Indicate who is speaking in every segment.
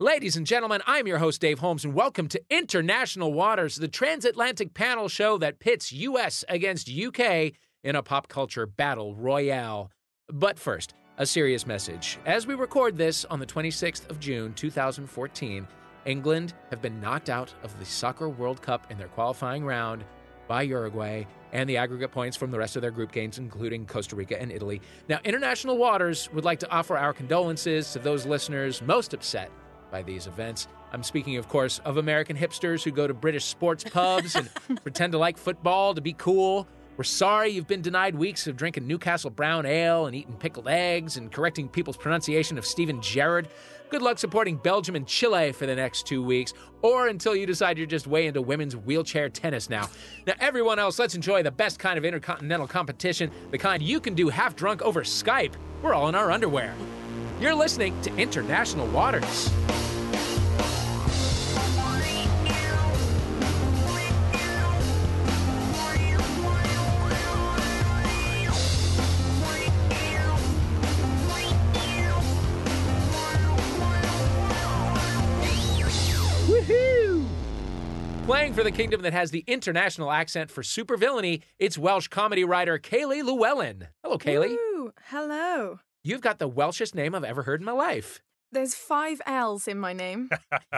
Speaker 1: Ladies and gentlemen, I'm your host, Dave Holmes, and welcome to International Waters, the transatlantic panel show that pits US against UK in a pop culture battle royale. But first, a serious message. As we record this on the 26th of June, 2014, England have been knocked out of the Soccer World Cup in their qualifying round by Uruguay and the aggregate points from the rest of their group games, including Costa Rica and Italy. Now, International Waters would like to offer our condolences to those listeners most upset by these events. I'm speaking, of course, of American hipsters who go to British sports pubs and pretend to like football to be cool. We're sorry you've been denied weeks of drinking Newcastle brown ale and eating pickled eggs and correcting people's pronunciation of Stephen Gerrard. Good luck supporting Belgium and Chile for the next two weeks, or until you decide you're just way into women's wheelchair tennis now. Now, everyone else, let's enjoy the best kind of intercontinental competition, the kind you can do half drunk over Skype. We're all in our underwear. You're listening to International Waters. Woohoo! Playing for the kingdom that has the international accent for supervillainy, it's Welsh comedy writer Kaylee Llewellyn. Hello, Kaylee.
Speaker 2: Ooh, hello.
Speaker 1: You've got the Welshest name I've ever heard in my life.
Speaker 2: There's five L's in my name.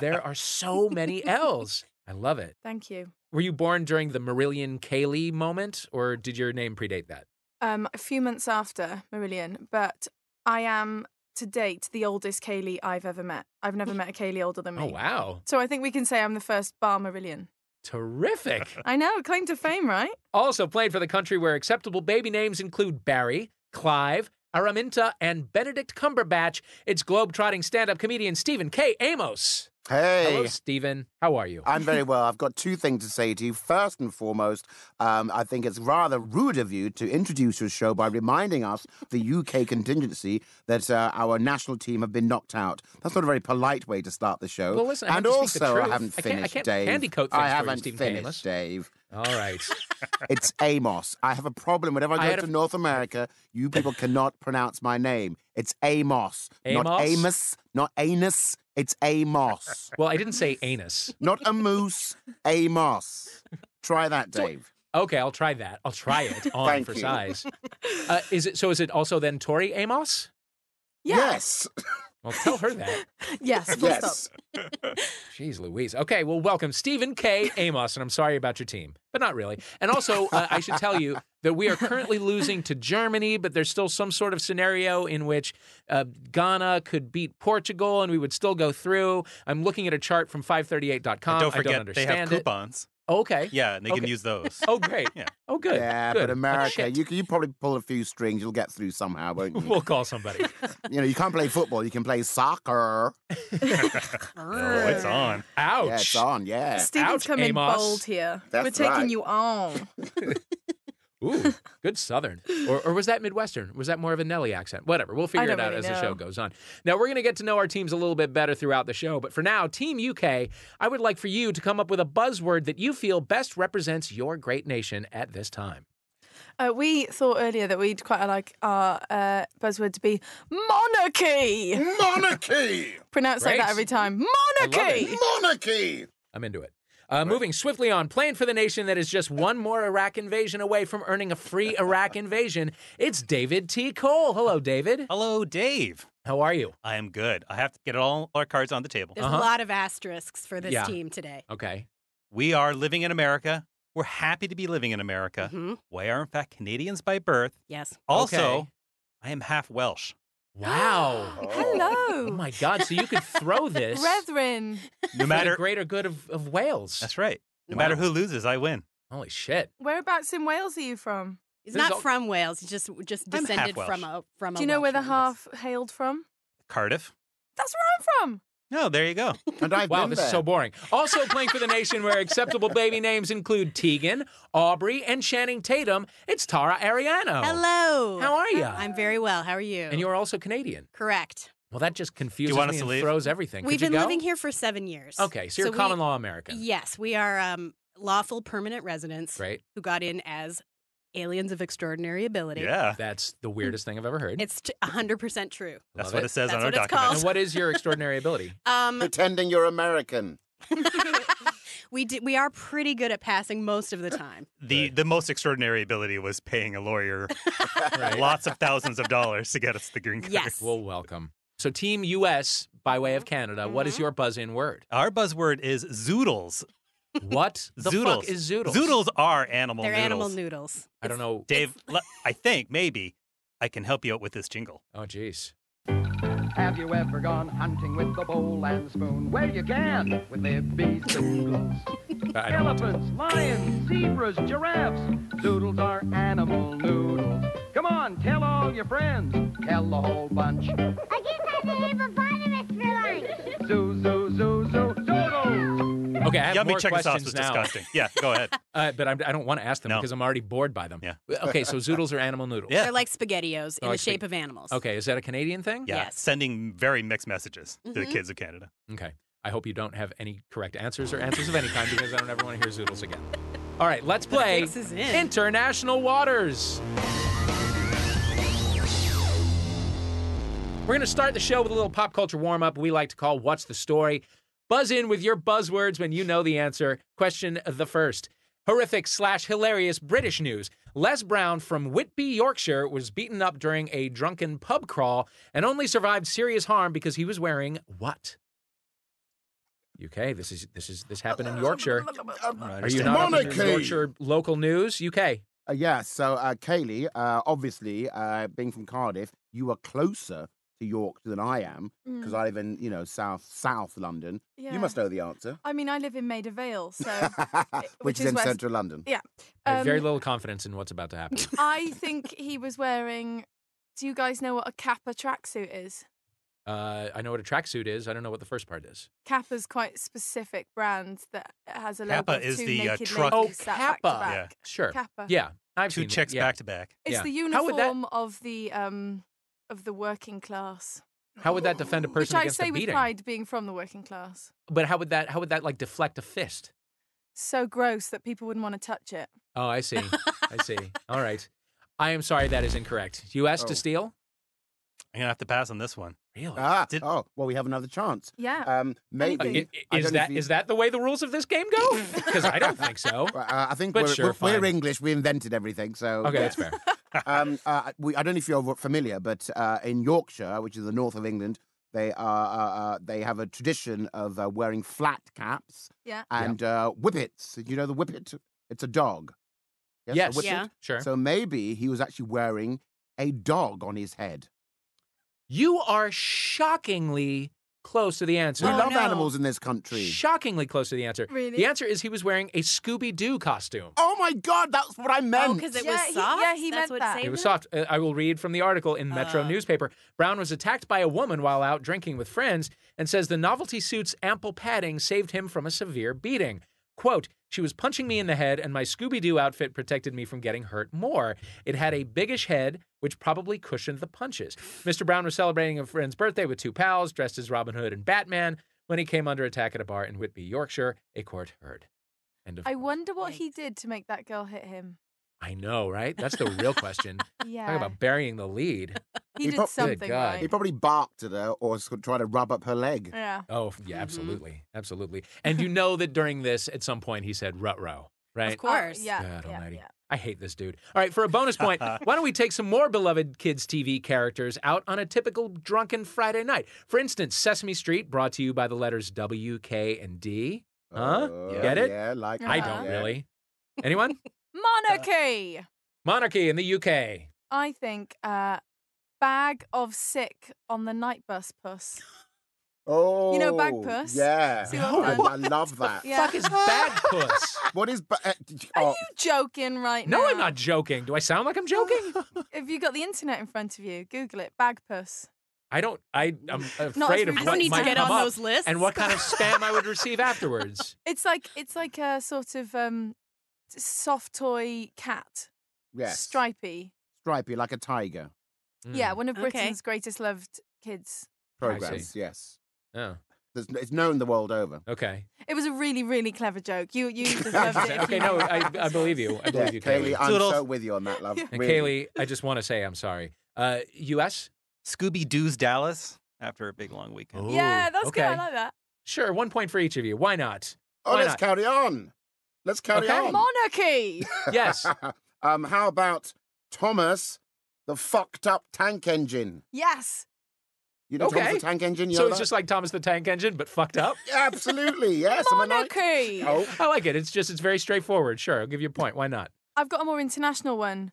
Speaker 1: There are so many L's. I love it.
Speaker 2: Thank you.
Speaker 1: Were you born during the Marillion Kaylee moment, or did your name predate that?
Speaker 2: Um, a few months after Marillion, but I am to date the oldest Kaylee I've ever met. I've never met a Kaylee older than me.
Speaker 1: Oh, wow.
Speaker 2: So I think we can say I'm the first bar Marillion.
Speaker 1: Terrific.
Speaker 2: I know, claim to fame, right?
Speaker 1: also played for the country where acceptable baby names include Barry, Clive, Araminta, and Benedict Cumberbatch. It's globe-trotting stand-up comedian Stephen K. Amos. Hello,
Speaker 3: Hey.
Speaker 1: Stephen. How are you?
Speaker 3: I'm very well. I've got two things to say to you. First and foremost, um, I think it's rather rude of you to introduce your show by reminding us, the UK contingency, that uh, our national team have been knocked out. That's not a very polite way to start the show.
Speaker 1: Well, listen, I
Speaker 3: and
Speaker 1: have to
Speaker 3: also,
Speaker 1: speak the
Speaker 3: I
Speaker 1: truth.
Speaker 3: haven't
Speaker 1: I can't- I
Speaker 3: finished,
Speaker 1: can't
Speaker 3: Dave.
Speaker 1: pantycoat
Speaker 3: I
Speaker 1: things for you,
Speaker 3: haven't
Speaker 1: Stephen
Speaker 3: finished,
Speaker 1: Camus.
Speaker 3: Dave.
Speaker 1: All right.
Speaker 3: It's Amos. I have a problem whenever
Speaker 1: I
Speaker 3: I
Speaker 1: had
Speaker 3: go
Speaker 1: a-
Speaker 3: to North America. You people cannot pronounce my name. It's Amos,
Speaker 1: Amos?
Speaker 3: not Amos, not anus. It's Amos,
Speaker 1: Well, I didn't say anus.
Speaker 3: not a moose. Amos. Try that,
Speaker 1: So-
Speaker 3: Dave.
Speaker 1: Okay, I'll try that. I'll try it on
Speaker 3: Thank
Speaker 1: for
Speaker 3: you.
Speaker 1: size. Uh, is it so? Is it also then Tori Amos?
Speaker 3: Yes.
Speaker 1: Well, tell her that.
Speaker 2: Yes, full stop.
Speaker 3: Yes.
Speaker 1: Jeez Louise. Okay, well, welcome, Stephen K. Amos, and I'm sorry about your team, but not really. And also, uh, I should tell you that we are currently losing to Germany, but there's still some sort of scenario in which uh, Ghana could beat Portugal and we would still go through. I'm looking at a chart from 538.com.
Speaker 4: And don't
Speaker 1: Um, I
Speaker 4: forget,
Speaker 1: don't
Speaker 4: they
Speaker 1: understand
Speaker 4: have
Speaker 1: it.
Speaker 4: coupons.
Speaker 1: Okay.
Speaker 4: Yeah, and they
Speaker 1: Okay.
Speaker 4: can use those.
Speaker 1: Oh, great.
Speaker 4: Yeah.
Speaker 1: Oh, good.
Speaker 3: Yeah,
Speaker 1: good.
Speaker 3: but America,
Speaker 1: Shit.
Speaker 3: you can- you probably pull a few strings. You'll get through somehow, won't you?
Speaker 1: We'll call somebody.
Speaker 3: you know, you can't play football. You can play soccer.
Speaker 4: oh, it's on.
Speaker 1: Ouch.
Speaker 3: Yeah, it's on. Yeah.
Speaker 2: Stephen's
Speaker 1: Ouch,
Speaker 2: come in
Speaker 1: Amos.
Speaker 2: bold here.
Speaker 3: That's
Speaker 2: We're taking
Speaker 3: right.
Speaker 2: you on.
Speaker 1: Ooh, good Southern. Or, or was that Midwestern? Was that more of a Nelly accent? Whatever. We'll figure
Speaker 2: I
Speaker 1: it
Speaker 2: don't
Speaker 1: out
Speaker 2: really
Speaker 1: as the show
Speaker 2: know.
Speaker 1: goes on. Now, we're going to get to know our teams a little bit better throughout the show. But for now, Team UK, I would like for you to come up with a buzzword that you feel best represents your great nation at this time.
Speaker 2: Uh, we thought earlier that we'd quite like our uh, buzzword to be monarchy.
Speaker 3: Monarchy!
Speaker 2: Pronounce like
Speaker 1: Mm. Great.
Speaker 2: that every time.
Speaker 1: love it.
Speaker 2: Monarchy.
Speaker 3: Monarchy!
Speaker 1: I'm into it. Uh, Moving swiftly on, plan for the nation that is just one more Iraq invasion away from earning a free Iraq invasion. It's David T. Cole. Hello, David.
Speaker 4: Hello, Dave.
Speaker 1: How are you?
Speaker 4: I am good. I have to get all our cards on the table.
Speaker 5: There's
Speaker 1: Uh-huh.
Speaker 5: a lot of asterisks for this
Speaker 1: Yeah.
Speaker 5: team today.
Speaker 1: Okay.
Speaker 4: We are living in America. We're happy to be living in America.
Speaker 1: Mm-hmm.
Speaker 5: Mhm.
Speaker 4: We are, in fact, Canadians by birth.
Speaker 5: Yes.
Speaker 4: Also,
Speaker 1: Okay.
Speaker 4: I am half Welsh.
Speaker 1: Wow.
Speaker 2: Hello.
Speaker 1: Oh my God! So you could throw this
Speaker 2: Brethren.
Speaker 4: No
Speaker 1: for the
Speaker 4: matter
Speaker 1: greater good of, of Wales.
Speaker 4: that's right. No matter who loses, I win.
Speaker 1: Holy shit!
Speaker 2: Whereabouts in Wales are you from?
Speaker 5: He's
Speaker 1: There's
Speaker 5: not
Speaker 1: al-
Speaker 5: from Wales. He's just just
Speaker 4: I'm half
Speaker 5: descended from
Speaker 4: Welsh.
Speaker 5: a from.
Speaker 2: Do
Speaker 5: a
Speaker 2: you know where the
Speaker 5: Welsh woman.
Speaker 2: half hailed from?
Speaker 4: Cardiff.
Speaker 2: That's where I'm from.
Speaker 4: No, there you go.
Speaker 3: And I've
Speaker 1: Wow,
Speaker 3: been
Speaker 1: this
Speaker 3: there.
Speaker 1: is so boring. Also playing for the nation where acceptable baby names include Tegan, Aubrey, and Channing Tatum. It's Tara Ariano. Oh.
Speaker 5: Hello.
Speaker 1: How are you?
Speaker 5: I'm very well. How are you?
Speaker 1: And you're also Canadian.
Speaker 5: correct.
Speaker 1: Well, that just confuses
Speaker 4: want
Speaker 1: me
Speaker 4: us to
Speaker 1: and
Speaker 4: leave?
Speaker 1: throws everything.
Speaker 5: We've
Speaker 1: Could you
Speaker 5: been
Speaker 1: go?
Speaker 5: living here for seven years.
Speaker 1: Okay, so you're
Speaker 5: we-
Speaker 1: common law American.
Speaker 5: Yes, we are um, lawful permanent residents
Speaker 1: Great.
Speaker 5: who got in as aliens of extraordinary ability.
Speaker 4: Yeah.
Speaker 1: That's the weirdest thing I've ever heard.
Speaker 5: It's t- 100% true.
Speaker 4: That's
Speaker 1: Love
Speaker 4: what
Speaker 1: it.
Speaker 4: it says
Speaker 5: That's
Speaker 4: on our
Speaker 5: what it's
Speaker 4: document.
Speaker 1: and what is your extraordinary ability?
Speaker 5: Um,
Speaker 3: Pretending you're American.
Speaker 5: we do, we are pretty good at passing most of the time.
Speaker 4: The the most extraordinary ability was paying a lawyer
Speaker 1: Right.
Speaker 4: lots of thousands of dollars to get us the green card.
Speaker 5: yes.
Speaker 1: Well, welcome. So, Team US, by way of Canada, what is
Speaker 5: Mhm.
Speaker 1: your buzz in word?
Speaker 4: Our buzzword is zoodles.
Speaker 1: What the
Speaker 4: zoodles.
Speaker 1: fuck is zoodles?
Speaker 4: Zoodles are animal
Speaker 5: They're
Speaker 4: noodles.
Speaker 5: animal noodles.
Speaker 1: I don't know.
Speaker 4: Dave, le- I think maybe I can help you out with this jingle.
Speaker 1: Oh, jeez.
Speaker 6: Have you ever gone hunting with the bowl and spoon? Well, you can with their bees doodles.
Speaker 1: I don't.
Speaker 6: Elephants, lions, zebras, giraffes. Doodles are animal noodles. Come on, tell all your friends. Tell the whole bunch.
Speaker 7: I guess I'm the hippopotamus for lunch.
Speaker 6: Zoo, zoo, zoo, zoo, doodles.
Speaker 1: Okay, I have
Speaker 4: Yummy
Speaker 1: more
Speaker 4: chicken sauce
Speaker 1: questions
Speaker 4: was
Speaker 1: now,
Speaker 4: disgusting. Yeah, go ahead.
Speaker 1: uh, but I'm, I don't want to ask them
Speaker 4: No.
Speaker 1: because I'm already bored by them. Uh,
Speaker 4: Yeah.
Speaker 1: Okay, so zoodles are animal noodles.
Speaker 4: Yeah.
Speaker 5: They're like spaghettios
Speaker 1: Oh,
Speaker 5: in
Speaker 1: I
Speaker 5: the
Speaker 1: see.
Speaker 5: shape of animals.
Speaker 1: Okay, is that a Canadian thing?
Speaker 4: Yeah,
Speaker 5: Yes.
Speaker 4: sending very mixed messages to the
Speaker 5: Mhm.
Speaker 4: kids of Canada.
Speaker 1: Okay. I hope you don't have any correct answers or answers of any kind because I don't ever want to hear zoodles again. All right, let's play
Speaker 5: This is in.
Speaker 1: International Waters. We're going to start the show with a little pop culture warm up we like to call What's the Story? Buzz in with your buzzwords when you know the answer. Question the first. Horrific slash hilarious British news. Les Brown from Whitby, Yorkshire, was beaten up during a drunken pub crawl and only survived serious harm because he was wearing what? UK. This is this is this happened in Yorkshire.
Speaker 3: Um,
Speaker 1: Are you not up on your
Speaker 3: Monarchy.
Speaker 1: Yorkshire local news? UK.
Speaker 3: Uh, yeah, so uh, Kaylee, uh, obviously, uh, being from Cardiff, you are closer to York than I am
Speaker 4: Mm.
Speaker 3: because I live in, you know, south south London.
Speaker 2: Hmm. yeah.
Speaker 3: You must know the answer,
Speaker 2: I mean, I live in Maida Vale, so
Speaker 3: which,
Speaker 2: Um, which
Speaker 3: is,
Speaker 2: is
Speaker 3: in
Speaker 2: west-
Speaker 3: central London.
Speaker 1: I have very
Speaker 2: Um,
Speaker 1: little confidence in what's about to happen.
Speaker 2: I think he was wearing. Do you guys know what a kappa tracksuit is?
Speaker 1: Uh, I know what a tracksuit is. I don't know what the first part is.
Speaker 2: Kappa's quite specific brand that has a logo
Speaker 4: Kappa
Speaker 2: of
Speaker 4: is
Speaker 2: two
Speaker 4: the, uh,
Speaker 2: naked
Speaker 4: truck-
Speaker 1: Oh,
Speaker 2: ladies sat back to
Speaker 1: Kappa.
Speaker 2: back.
Speaker 1: Sure.
Speaker 2: Kappa.
Speaker 1: Yeah, I've
Speaker 4: Two
Speaker 1: seen it.
Speaker 4: chicks
Speaker 1: Yeah.
Speaker 4: back to back.
Speaker 2: It's
Speaker 1: Yeah.
Speaker 2: the
Speaker 1: How would that-
Speaker 2: uniform of the um of the working class.
Speaker 1: How would that defend a person
Speaker 2: Which I
Speaker 1: against
Speaker 2: say
Speaker 1: a
Speaker 2: with
Speaker 1: beating?
Speaker 2: pride being from the working class.
Speaker 1: But how would that? How would that like deflect a fist?
Speaker 2: So gross that people wouldn't want to touch it.
Speaker 1: Oh, I see. I see. All right. I am sorry that is incorrect. U.S.
Speaker 3: Oh.
Speaker 1: to steal.
Speaker 4: I'm gonna have to pass on this one.
Speaker 1: Really?
Speaker 3: Ah,
Speaker 4: Did-
Speaker 3: oh, well, we have another chance.
Speaker 2: Yeah.
Speaker 3: Um,
Speaker 1: Uh,
Speaker 3: maybe
Speaker 1: i- i-
Speaker 3: I
Speaker 1: is
Speaker 3: don't know
Speaker 1: that
Speaker 3: if you-
Speaker 1: is that the way the rules of this game go? Because I don't think so.
Speaker 3: Well, uh, I think
Speaker 1: But
Speaker 3: we're,
Speaker 1: sure,
Speaker 3: we're- we're
Speaker 1: fine.
Speaker 3: English. We invented everything, so
Speaker 1: Okay,
Speaker 3: yeah.
Speaker 1: that's fair.
Speaker 3: um, uh, we, I don't know if you're familiar, but uh, in Yorkshire, which is the north of England, they are uh, uh, they have a tradition of uh, wearing flat caps.
Speaker 2: Yeah.
Speaker 1: Yeah.
Speaker 3: And uh, whippets. Do You know the whippet? It's a dog. a
Speaker 1: Yes.
Speaker 3: whippet?
Speaker 5: Yeah.
Speaker 1: Sure.
Speaker 3: So maybe he was actually wearing a dog on his head.
Speaker 1: you are shockingly close to the answer.
Speaker 3: We
Speaker 5: Oh,
Speaker 3: love
Speaker 5: no.
Speaker 3: animals in this country.
Speaker 1: Shockingly close to the answer.
Speaker 2: Really?
Speaker 1: The answer is he was wearing a Scooby Doo costume.
Speaker 3: Oh my God, that's what I
Speaker 5: Oh,
Speaker 3: meant.
Speaker 5: because it
Speaker 2: Yeah,
Speaker 5: was
Speaker 2: he-
Speaker 5: soft.
Speaker 2: yeah, he meant
Speaker 5: That's what
Speaker 2: that.
Speaker 5: saved
Speaker 1: It was
Speaker 5: it?
Speaker 1: soft. Uh, I will read from the article in Metro
Speaker 5: Uh.
Speaker 1: newspaper. Brown was attacked by a woman while out drinking with friends and says the novelty suit's ample padding saved him from a severe beating. Quote, she was punching me in the head, and my Scooby Doo outfit protected me from getting hurt more. It had a biggish head, which probably cushioned the punches. Mr. Brown was celebrating a friend's birthday with two pals, dressed as Robin Hood and Batman, when he came under attack at a bar in Whitby, Yorkshire. A court heard. End of
Speaker 2: I
Speaker 1: quote.
Speaker 2: wonder what he did to make that girl hit him.
Speaker 1: I know, right? That's the real question.
Speaker 2: Yeah.
Speaker 1: Talk about burying the lead.
Speaker 2: he,
Speaker 3: He
Speaker 2: did
Speaker 3: prob- Good
Speaker 2: something
Speaker 1: God.
Speaker 2: right.
Speaker 3: He probably barked at her or s- tried to rub up her leg.
Speaker 2: yeah. uh,
Speaker 1: Oh, f-
Speaker 5: Mm-hmm.
Speaker 1: yeah, absolutely. Absolutely. And you know that during this, at some point, he said rut row, right?
Speaker 5: Of course.
Speaker 2: Uh, yeah.
Speaker 1: God
Speaker 2: yeah,
Speaker 1: almighty.
Speaker 2: yeah.
Speaker 1: I hate this dude. All right, for a bonus point, why don't we take some more beloved kids' TV characters out on a typical drunken Friday night? For instance, Sesame Street, brought to you by the letters W, K, and D. Huh?
Speaker 3: Oh,
Speaker 1: Get it?
Speaker 3: Yeah, like
Speaker 1: I
Speaker 2: Uh-huh.
Speaker 1: don't
Speaker 3: yeah.
Speaker 1: really. Anyone?
Speaker 2: Monarchy.
Speaker 1: Monarchy in the UK.
Speaker 2: I think uh, bag of sick on the night bus puss.
Speaker 3: Oh,
Speaker 2: know Bagpuss?
Speaker 3: Yeah,
Speaker 2: See what
Speaker 1: No,
Speaker 2: I've
Speaker 3: I,
Speaker 2: done?
Speaker 3: I love that.
Speaker 2: Yeah.
Speaker 1: Fuck is bad puss.
Speaker 3: What is? Ba- uh,
Speaker 2: Are
Speaker 3: oh,
Speaker 2: you joking right now?
Speaker 1: No, I'm not joking. Do I sound like I'm joking?
Speaker 2: If you got the internet in front of you, Google it. Bag puss.
Speaker 1: I don't. I, I'm
Speaker 2: Not
Speaker 1: afraid of
Speaker 2: as rude
Speaker 5: I
Speaker 1: what
Speaker 2: as
Speaker 5: don't need to
Speaker 1: might
Speaker 5: get
Speaker 1: come
Speaker 5: on
Speaker 1: up
Speaker 5: those lists.
Speaker 1: and what kind of spam I would receive afterwards.
Speaker 2: It's like it's like a sort of um, soft toy cat,
Speaker 3: yes.
Speaker 2: stripy.
Speaker 3: Stripey, like a tiger.
Speaker 1: Mm.
Speaker 2: Yeah, one of
Speaker 5: Okay.
Speaker 2: Britain's greatest loved
Speaker 1: I
Speaker 2: kids.
Speaker 1: see.
Speaker 3: Programs. Yes.
Speaker 1: Oh.
Speaker 3: The There's, it's known the world over.
Speaker 1: Okay.
Speaker 2: It was a really, really clever joke. You you deserved it. if
Speaker 1: Okay.
Speaker 2: you
Speaker 1: No,
Speaker 2: made
Speaker 1: I,
Speaker 2: it.
Speaker 1: I believe you. I
Speaker 3: Yeah,
Speaker 1: believe you,
Speaker 3: Kaylee,
Speaker 1: Kaylee.
Speaker 3: I'm so
Speaker 4: Toodles.
Speaker 3: with you on that, love.
Speaker 1: And
Speaker 3: really.
Speaker 1: Kaylee, I just want to say I'm sorry. Uh, U.S.
Speaker 4: Scooby Doo's Dallas after a big long weekend.
Speaker 1: Oh.
Speaker 2: yeah, that's good.
Speaker 1: okay.
Speaker 2: I like that.
Speaker 1: Sure, one point for each of you. Why not?
Speaker 3: Oh,
Speaker 1: Why
Speaker 3: let's
Speaker 1: not?
Speaker 3: carry on. Let's carry
Speaker 1: Okay.
Speaker 3: on.
Speaker 2: Monarchy.
Speaker 1: Yes.
Speaker 3: um, how about Thomas, the fucked up tank engine?
Speaker 2: Yes.
Speaker 3: You know
Speaker 1: Okay.
Speaker 3: Thomas the tank engine? You
Speaker 1: so
Speaker 3: know
Speaker 1: it's
Speaker 3: that?
Speaker 1: just like Thomas the Tank Engine, but fucked up.
Speaker 3: Yeah, absolutely, yes. am I right?
Speaker 2: Monarchy.
Speaker 3: Oh,
Speaker 1: I like it. It's just it's very straightforward. Sure, I'll give you a point. Why not?
Speaker 2: I've got a more international one.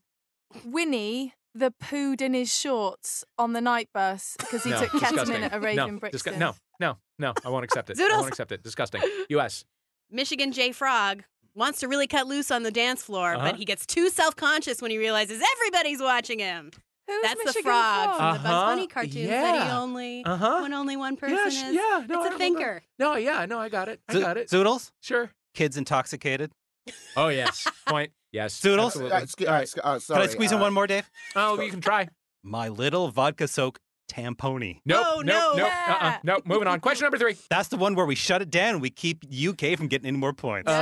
Speaker 2: Winnie the pooed in his shorts on the night bus because he
Speaker 1: no,
Speaker 2: took
Speaker 1: disgusting.
Speaker 2: ketamine at a rave
Speaker 1: no,
Speaker 2: in Brixton.
Speaker 1: disgu- no, no, no. I won't accept it. I
Speaker 5: Zoodles.
Speaker 1: won't accept it. Disgusting. U.S.
Speaker 5: Michigan J Frog wants to really cut loose on the dance floor,
Speaker 1: Uh-huh.
Speaker 5: but he gets too self conscious when he realizes everybody's watching him.
Speaker 2: Who's
Speaker 5: That's
Speaker 2: Michigan
Speaker 5: the frog from the
Speaker 1: Uh-huh.
Speaker 5: Bugs Bunny cartoons that he
Speaker 1: Yeah.
Speaker 5: only
Speaker 1: Uh huh.
Speaker 5: when only one person
Speaker 1: Yes.
Speaker 5: is.
Speaker 1: Yeah. No,
Speaker 5: it's
Speaker 1: a
Speaker 5: a thinker.
Speaker 1: No. Yeah. No. I got it. I
Speaker 4: Oh. Zo-
Speaker 1: got it.
Speaker 4: Zoodles,
Speaker 1: Sure.
Speaker 4: kids intoxicated.
Speaker 1: Oh yes. Point. Yes.
Speaker 4: Zoodles?
Speaker 1: absolutely.
Speaker 3: uh, sc- uh, sc- uh, sorry.
Speaker 4: Can I squeeze in
Speaker 3: uh,
Speaker 4: one more, Dave?
Speaker 1: Oh, you can try.
Speaker 4: My little vodka soaked tamponi.
Speaker 1: Nope.
Speaker 5: Oh,
Speaker 1: nope.
Speaker 5: no.
Speaker 1: Nope. Uh-uh.
Speaker 2: Yeah.
Speaker 1: Nope. Moving on. Question number three.
Speaker 4: That's the one where we shut it down. We keep UK from getting any more points.
Speaker 1: Uh,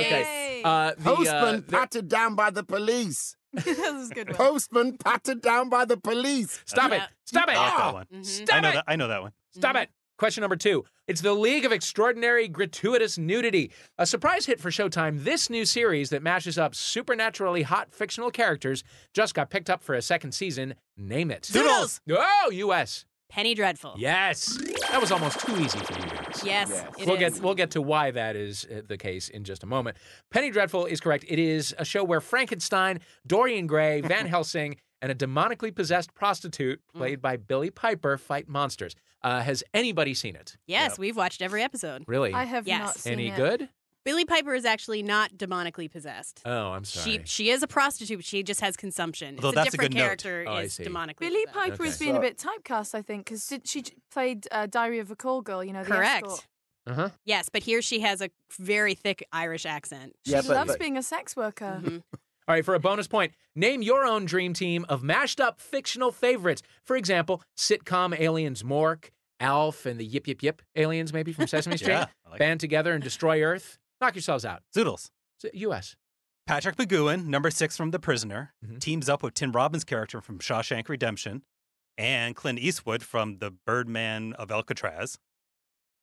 Speaker 1: okay.
Speaker 2: Yay.
Speaker 1: Uh, the, uh,
Speaker 3: Postman
Speaker 1: the-
Speaker 3: patted down by the police.
Speaker 1: Uh,
Speaker 2: that was a good one.
Speaker 3: Postman patted down by the police.
Speaker 1: Stop it.
Speaker 5: Yeah. Mm-hmm.
Speaker 1: Stop
Speaker 4: I
Speaker 1: it.
Speaker 4: got
Speaker 1: Ah,
Speaker 4: that one.
Speaker 2: Mm-hmm.
Speaker 5: Mhm.
Speaker 1: Stop
Speaker 4: I know
Speaker 1: it.
Speaker 4: that. I know that one.
Speaker 1: Stop it. Question number two. It's the League of Extraordinary Gratuitous Nudity, a surprise hit for Showtime. This new series that mashes up supernaturally hot fictional characters just got picked up for a second season. Name it.
Speaker 5: Zoodles.
Speaker 1: Oh, U.S.
Speaker 5: Penny Dreadful.
Speaker 1: Yes. That was almost too easy for you guys.
Speaker 5: Yes.
Speaker 3: Yes.
Speaker 5: it
Speaker 1: we'll
Speaker 5: is.
Speaker 1: get we'll get to why that is uh, the case in just a moment. Penny Dreadful is correct. It is a show where Frankenstein, Dorian Gray, Van Helsing, and a demonically possessed prostitute
Speaker 2: Mm.
Speaker 1: played by Billy Piper fight monsters. Uh, has anybody seen it?
Speaker 5: Yes, we've watched every episode.
Speaker 1: Really?
Speaker 2: I have not
Speaker 5: Yes.
Speaker 2: seen
Speaker 1: Any
Speaker 2: it.
Speaker 1: good?
Speaker 5: Billy Piper is actually not demonically possessed.
Speaker 1: Oh, I'm sorry.
Speaker 5: She she is a prostitute. She just has consumption.
Speaker 4: Although
Speaker 5: it's
Speaker 4: that's a
Speaker 5: a different
Speaker 4: good note.
Speaker 5: character
Speaker 1: Oh, I
Speaker 5: is
Speaker 1: see.
Speaker 5: demonically.
Speaker 2: Billy
Speaker 5: possessed.
Speaker 2: Piper is
Speaker 1: Okay.
Speaker 2: being a
Speaker 3: So-
Speaker 2: bit typecast, I think, because she j- played uh, Diary of a Call Girl, you know, Oh, the
Speaker 5: Correct.
Speaker 2: escort.
Speaker 1: Uh-huh.
Speaker 5: Yes, but here she has a very thick Irish accent.
Speaker 2: She
Speaker 3: Yeah, but-
Speaker 2: loves
Speaker 3: but- Mm-hmm.
Speaker 2: being a sex worker.
Speaker 5: Mhm.
Speaker 1: All right, for a bonus point, name your own dream team of mashed up fictional favorites. For example, sitcom aliens Mork, Alf, and the Yip Yip Yip aliens, maybe from Sesame Street,
Speaker 4: Yeah, I like
Speaker 1: band together and destroy Earth. Knock yourselves out.
Speaker 4: Zoodles.
Speaker 1: It's U.S.
Speaker 4: Patrick McGowan, number six from The Prisoner,
Speaker 1: Mhm.
Speaker 4: teams up with Tim Robbins' character from Shawshank Redemption and Clint Eastwood from The Birdman of Alcatraz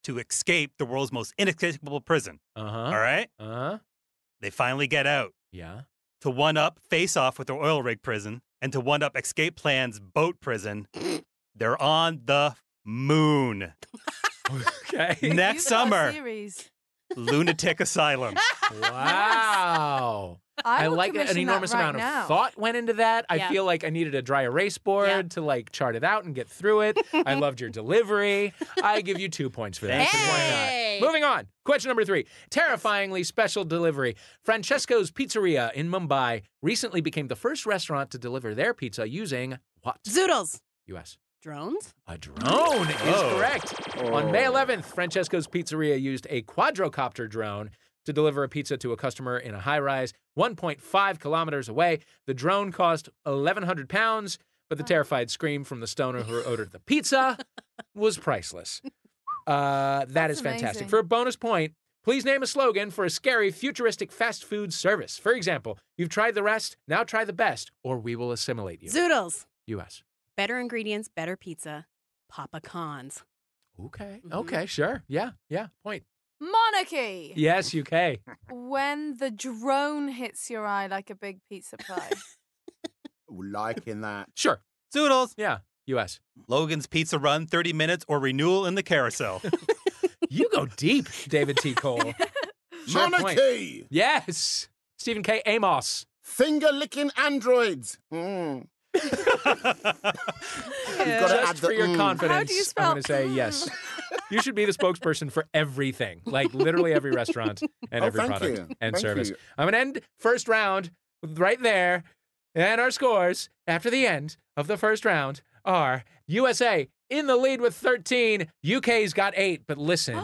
Speaker 4: to escape the world's most inescapable prison.
Speaker 1: Uh
Speaker 4: All
Speaker 1: huh.
Speaker 4: right?
Speaker 1: Uh huh.
Speaker 4: They finally get out
Speaker 1: Yeah.
Speaker 4: to one up face off with their oil rig prison and to one up escape plan's boat prison. They're on the moon.
Speaker 1: okay.
Speaker 4: Next
Speaker 2: You've got a
Speaker 4: summer,
Speaker 2: Series.
Speaker 4: lunatic asylum.
Speaker 1: Wow.
Speaker 2: I, would
Speaker 1: like an
Speaker 2: commission that
Speaker 1: enormous
Speaker 2: right
Speaker 1: amount
Speaker 2: now.
Speaker 1: of thought went into that. I
Speaker 5: Yeah.
Speaker 1: feel like I needed a dry erase board
Speaker 5: Yeah.
Speaker 1: to like chart it out and get through it. I loved your delivery. I give you two points for that.
Speaker 4: Thank you.
Speaker 1: because why not?
Speaker 5: Hey!
Speaker 1: Moving on. Question number three. Terrifyingly special delivery. Francesco's Pizzeria in Mumbai recently became the first restaurant to deliver their pizza using what?
Speaker 5: Zoodles.
Speaker 1: U.S.
Speaker 5: Drones?
Speaker 1: A drone
Speaker 4: Oh.
Speaker 1: is correct. On May 11th, Francesco's Pizzeria used a quadrocopter drone to deliver a pizza to a customer in a high rise 1.5 kilometers away. The drone cost 1,100 pounds, but the terrified scream from the stoner who ordered the pizza was priceless. Uh, that
Speaker 2: That's
Speaker 1: is fantastic.
Speaker 2: amazing.
Speaker 1: For a bonus point, please name a slogan for a scary futuristic fast food service. For example, you've tried the rest, now try the best, or we will assimilate you.
Speaker 5: Zoodles.
Speaker 1: U.S.
Speaker 5: Better ingredients, better pizza. Papa Cons.
Speaker 1: Okay.
Speaker 3: Mm-hmm.
Speaker 5: Mhm.
Speaker 1: Okay. Sure. Yeah. Yeah. Point.
Speaker 2: Monarchy.
Speaker 1: Yes, UK.
Speaker 2: When the drone hits your eye like a big pizza pie.
Speaker 3: Liking that.
Speaker 1: Sure.
Speaker 4: Zoodles.
Speaker 1: Yeah. US.
Speaker 4: Logan's pizza run, 30 minutes or renewal in the carousel.
Speaker 1: You go deep, David T. Cole. Sure point.
Speaker 3: Monarchy!
Speaker 1: Yes. Stephen K. Amos.
Speaker 3: Finger licking androids. Mm. Gotta add
Speaker 1: Just
Speaker 3: the
Speaker 1: for your
Speaker 3: mm.
Speaker 1: confidence,
Speaker 2: How do you
Speaker 1: I'm
Speaker 2: spell
Speaker 1: going to say
Speaker 2: mm?
Speaker 1: yes. You should be the spokesperson for everything, like literally every restaurant and
Speaker 3: Oh,
Speaker 1: every
Speaker 3: thank
Speaker 1: product
Speaker 3: you.
Speaker 1: and
Speaker 3: Thank
Speaker 1: service.
Speaker 3: you.
Speaker 1: I'm going to end first round right there. And our scores after the end of the first round are USA in the lead with 13, UK's got eight. But listen,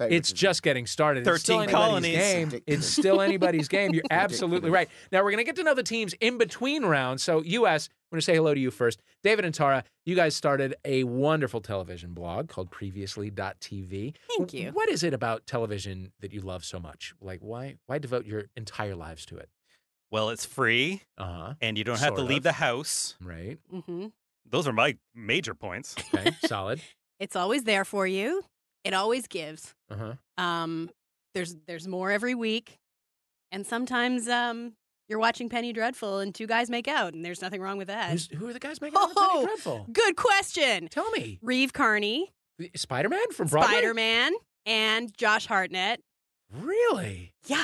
Speaker 1: It's just getting started. it's still
Speaker 4: 13
Speaker 1: anybody's
Speaker 4: colonies.
Speaker 1: game. It's still anybody's game. You're absolutely right. Now we're going to get to know the teams in between rounds. So U.S., I'm going to say hello to you first, David and Tara. You guys started a wonderful television blog called Previously.tv.
Speaker 5: Thank you.
Speaker 1: What is it about television that you love so much? Like why why devote your entire lives to it?
Speaker 4: Well, it's free
Speaker 1: Uh huh.
Speaker 4: and you don't have to
Speaker 1: Sort
Speaker 4: leave
Speaker 1: of.
Speaker 4: the house.
Speaker 1: Right.
Speaker 5: hmm
Speaker 4: Those are my major points.
Speaker 1: Okay. Solid.
Speaker 5: It's always there for you. It always gives.
Speaker 1: Uh huh.
Speaker 5: Um, there's there's more every week, and sometimes um, you're watching Penny Dreadful and two guys make out, and there's nothing wrong with that.
Speaker 1: Who's, who are the guys making out with Penny
Speaker 5: Uh, Oh!
Speaker 1: Dreadful?
Speaker 5: Good question.
Speaker 1: Tell me.
Speaker 5: Reeve Carney,
Speaker 1: Spider Man from Broadway?
Speaker 5: Spider Man, and Josh Hartnett.
Speaker 1: Really?
Speaker 5: Yeah.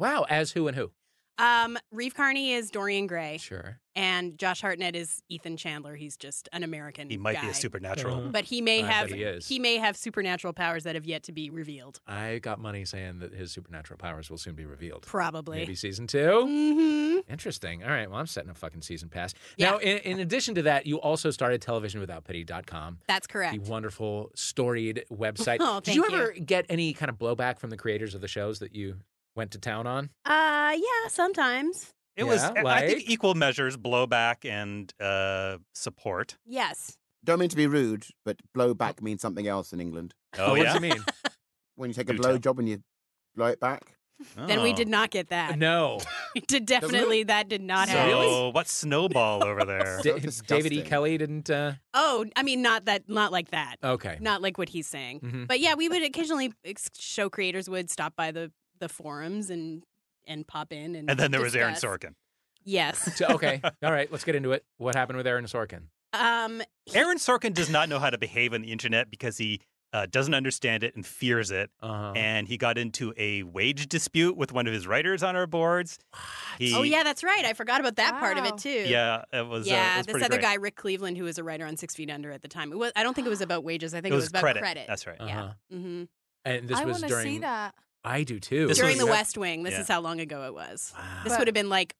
Speaker 1: Wow. As who and who?
Speaker 5: Um, Reeve Carney is Dorian Gray,
Speaker 1: Sure.
Speaker 5: and Josh Hartnett is Ethan Chandler. He's just an American.
Speaker 4: He might be
Speaker 5: guy.
Speaker 4: a supernatural.
Speaker 1: Uh-huh.
Speaker 5: but he may
Speaker 1: I bet
Speaker 5: have
Speaker 1: he is.
Speaker 5: may have supernatural powers that have yet to be revealed.
Speaker 1: I got money saying that his supernatural powers will soon be revealed.
Speaker 5: Probably.
Speaker 1: Maybe season two?
Speaker 5: Mm-hmm.
Speaker 1: Interesting. All right. Well, I'm setting a fucking season pass.
Speaker 5: Yeah.
Speaker 1: Now, in, in addition to that, you also started televisionwithoutpity.com,
Speaker 5: That's
Speaker 1: the
Speaker 5: correct.
Speaker 1: wonderful storied website.
Speaker 5: Oh,
Speaker 1: Did you
Speaker 5: thank you.
Speaker 1: ever get any kind of blowback from the creators of the shows that you went to town on?
Speaker 5: Uh, yeah, sometimes.
Speaker 4: It was,
Speaker 1: Yeah,
Speaker 4: I- I think,
Speaker 1: like?
Speaker 4: equal measures, blowback and uh, support.
Speaker 5: Yes.
Speaker 3: Don't mean to be rude, but blowback means something else in England.
Speaker 4: Oh,
Speaker 1: what
Speaker 4: yeah.
Speaker 1: does it mean?
Speaker 3: When you take a
Speaker 4: Do
Speaker 3: blow
Speaker 4: tell.
Speaker 3: job and you blow it back.
Speaker 5: Then we
Speaker 4: Oh.
Speaker 5: did not get that.
Speaker 1: no.
Speaker 5: We did definitely that did not
Speaker 4: So,
Speaker 5: happen.
Speaker 1: Really?
Speaker 4: what's snowball over there?
Speaker 1: Da-
Speaker 3: disgusting.
Speaker 1: David E. Kelly didn't. Uh,
Speaker 5: Oh, I mean, not that, not like that,
Speaker 1: okay.
Speaker 5: not like what he's saying.
Speaker 1: Mhm.
Speaker 5: But yeah, we would occasionally ex- show creators would stop by the the forums and and pop in and
Speaker 4: and then there was Aaron
Speaker 5: discuss.
Speaker 4: Sorkin.
Speaker 5: Yes.
Speaker 1: So- okay. All right. Let's get into it. What happened with Aaron Sorkin?
Speaker 5: Um.
Speaker 4: Aaron Sorkin does not know how to behave on the internet because he uh, doesn't understand it and fears it.
Speaker 1: Uh-huh.
Speaker 4: And he got into a wage dispute with one of his writers on our boards. He,
Speaker 5: Oh yeah, that's right. I forgot about that part of
Speaker 2: Wow.
Speaker 5: it too.
Speaker 4: yeah, it was. uh,
Speaker 5: yeah,
Speaker 4: it was
Speaker 5: this
Speaker 4: pretty
Speaker 5: other
Speaker 4: great.
Speaker 5: guy, Rick Cleveland, who was a writer on Six Feet Under at the time. It was, I don't think it was about wages. I think it was, about credit.
Speaker 4: That's right.
Speaker 1: uh-huh.
Speaker 5: yeah. hmm
Speaker 1: And this
Speaker 2: I
Speaker 1: was
Speaker 2: want to
Speaker 1: during.
Speaker 2: see that.
Speaker 1: I do too.
Speaker 4: This
Speaker 5: During
Speaker 4: was-
Speaker 5: the West Wing. This
Speaker 4: yeah.
Speaker 5: is how long ago it was.
Speaker 1: Wow.
Speaker 5: This
Speaker 2: But-
Speaker 5: would have been like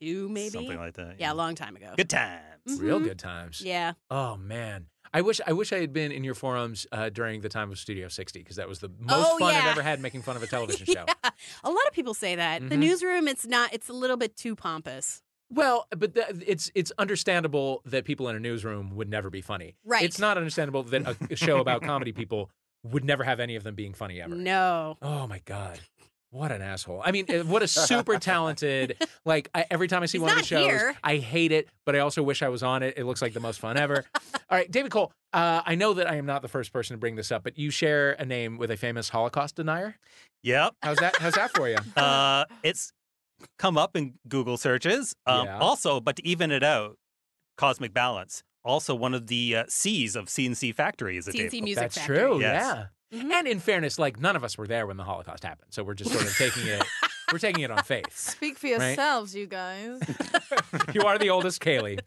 Speaker 5: 02 maybe.
Speaker 4: Something like that.
Speaker 5: yeah. a long time ago.
Speaker 4: Good times.
Speaker 5: Mhm.
Speaker 1: real good times.
Speaker 5: Yeah.
Speaker 1: Oh man, I wish I wish I had been in your forums uh, during the time of Studio 60 because that was the most
Speaker 5: Oh,
Speaker 1: fun I've
Speaker 5: yeah.
Speaker 1: ever had making fun of a television show.
Speaker 5: Yeah. A lot of people say that. The
Speaker 4: Mm-hmm.
Speaker 1: Mhm.
Speaker 5: newsroom, it's not it's a little bit too pompous.
Speaker 1: Well, but th- it's it's understandable that people in a newsroom would never be funny.
Speaker 5: Right.
Speaker 1: It's not understandable that a- a show about comedy people would never have any of them being funny ever.
Speaker 5: No.
Speaker 1: Oh my god. What an asshole! I mean, uh, what a super talented. Like I, every time I see
Speaker 5: He's
Speaker 1: one of the
Speaker 5: not
Speaker 1: shows,
Speaker 5: here.
Speaker 1: I hate it, but I also wish I was on it. It looks like the most fun ever. All right, David Cole. Uh, I know that I am not the first person to bring this up, but you share a name with a famous Holocaust denier.
Speaker 4: Yep.
Speaker 1: How's that? How's that for you?
Speaker 4: Uh, it's come up in Google searches. Um,
Speaker 1: Yeah.
Speaker 4: Also, but to even it out, cosmic balance. Also, one of the uh, C's of CNC Factory is a Dave
Speaker 5: CNC
Speaker 4: Cole.
Speaker 5: Music
Speaker 1: That's
Speaker 5: Factory.
Speaker 1: true.
Speaker 4: Yes.
Speaker 1: Yeah.
Speaker 5: Mhm.
Speaker 1: And in fairness, like none of us were there when the Holocaust happened, so we're just sort of taking it. We're taking it on faith.
Speaker 2: Speak for
Speaker 1: Right.
Speaker 2: yourselves, you guys.
Speaker 1: You are the oldest, Kaylee.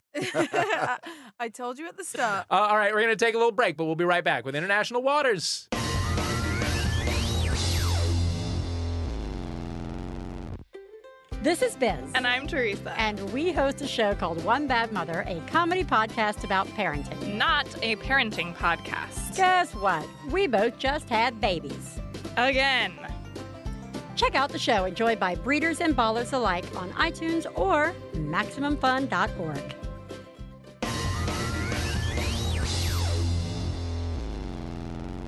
Speaker 2: I told you at the start.
Speaker 1: Uh, all right, we're going to take a little break, but we'll be right back with International Waters.
Speaker 8: This is Biz.
Speaker 9: And I'm Teresa.
Speaker 8: And we host a show called One Bad Mother, a comedy podcast about parenting.
Speaker 9: not a parenting podcast.
Speaker 8: Guess what? We both just had babies.
Speaker 9: Again.
Speaker 8: Check out the show enjoyed by breeders and ballers alike on iTunes or MaximumFun.org.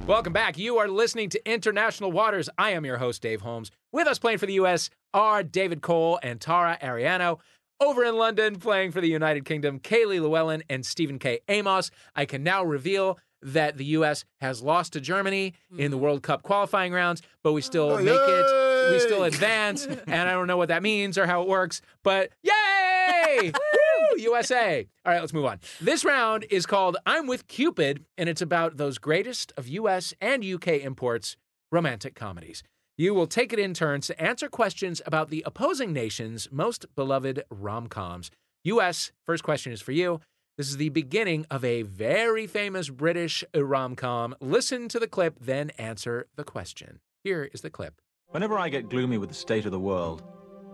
Speaker 1: Welcome back. You are listening to International Waters. I am your host, Dave Holmes. With us playing for the U.S. are David Cole and Tara Ariano. Over in London, playing for the United Kingdom, Kaylee Llewellyn and Stephen K. Amos. I can now reveal that the U.S. has lost to Germany in the World Cup qualifying rounds, but we still
Speaker 3: Oh,
Speaker 1: make it. We still
Speaker 3: yay!
Speaker 1: advance, and I don't know what that means or how it works, but yay! Woo! USA. All right, let's move on. This round is called I'm with Cupid, and it's about those greatest of US and UK imports, romantic comedies. You will take it in turns to answer questions about the opposing nation's most beloved rom coms. US, first question is for you. This is the beginning of a very famous British rom com. Listen to the clip, then answer the question. Here is the clip.
Speaker 10: Whenever I get gloomy with the state of the world,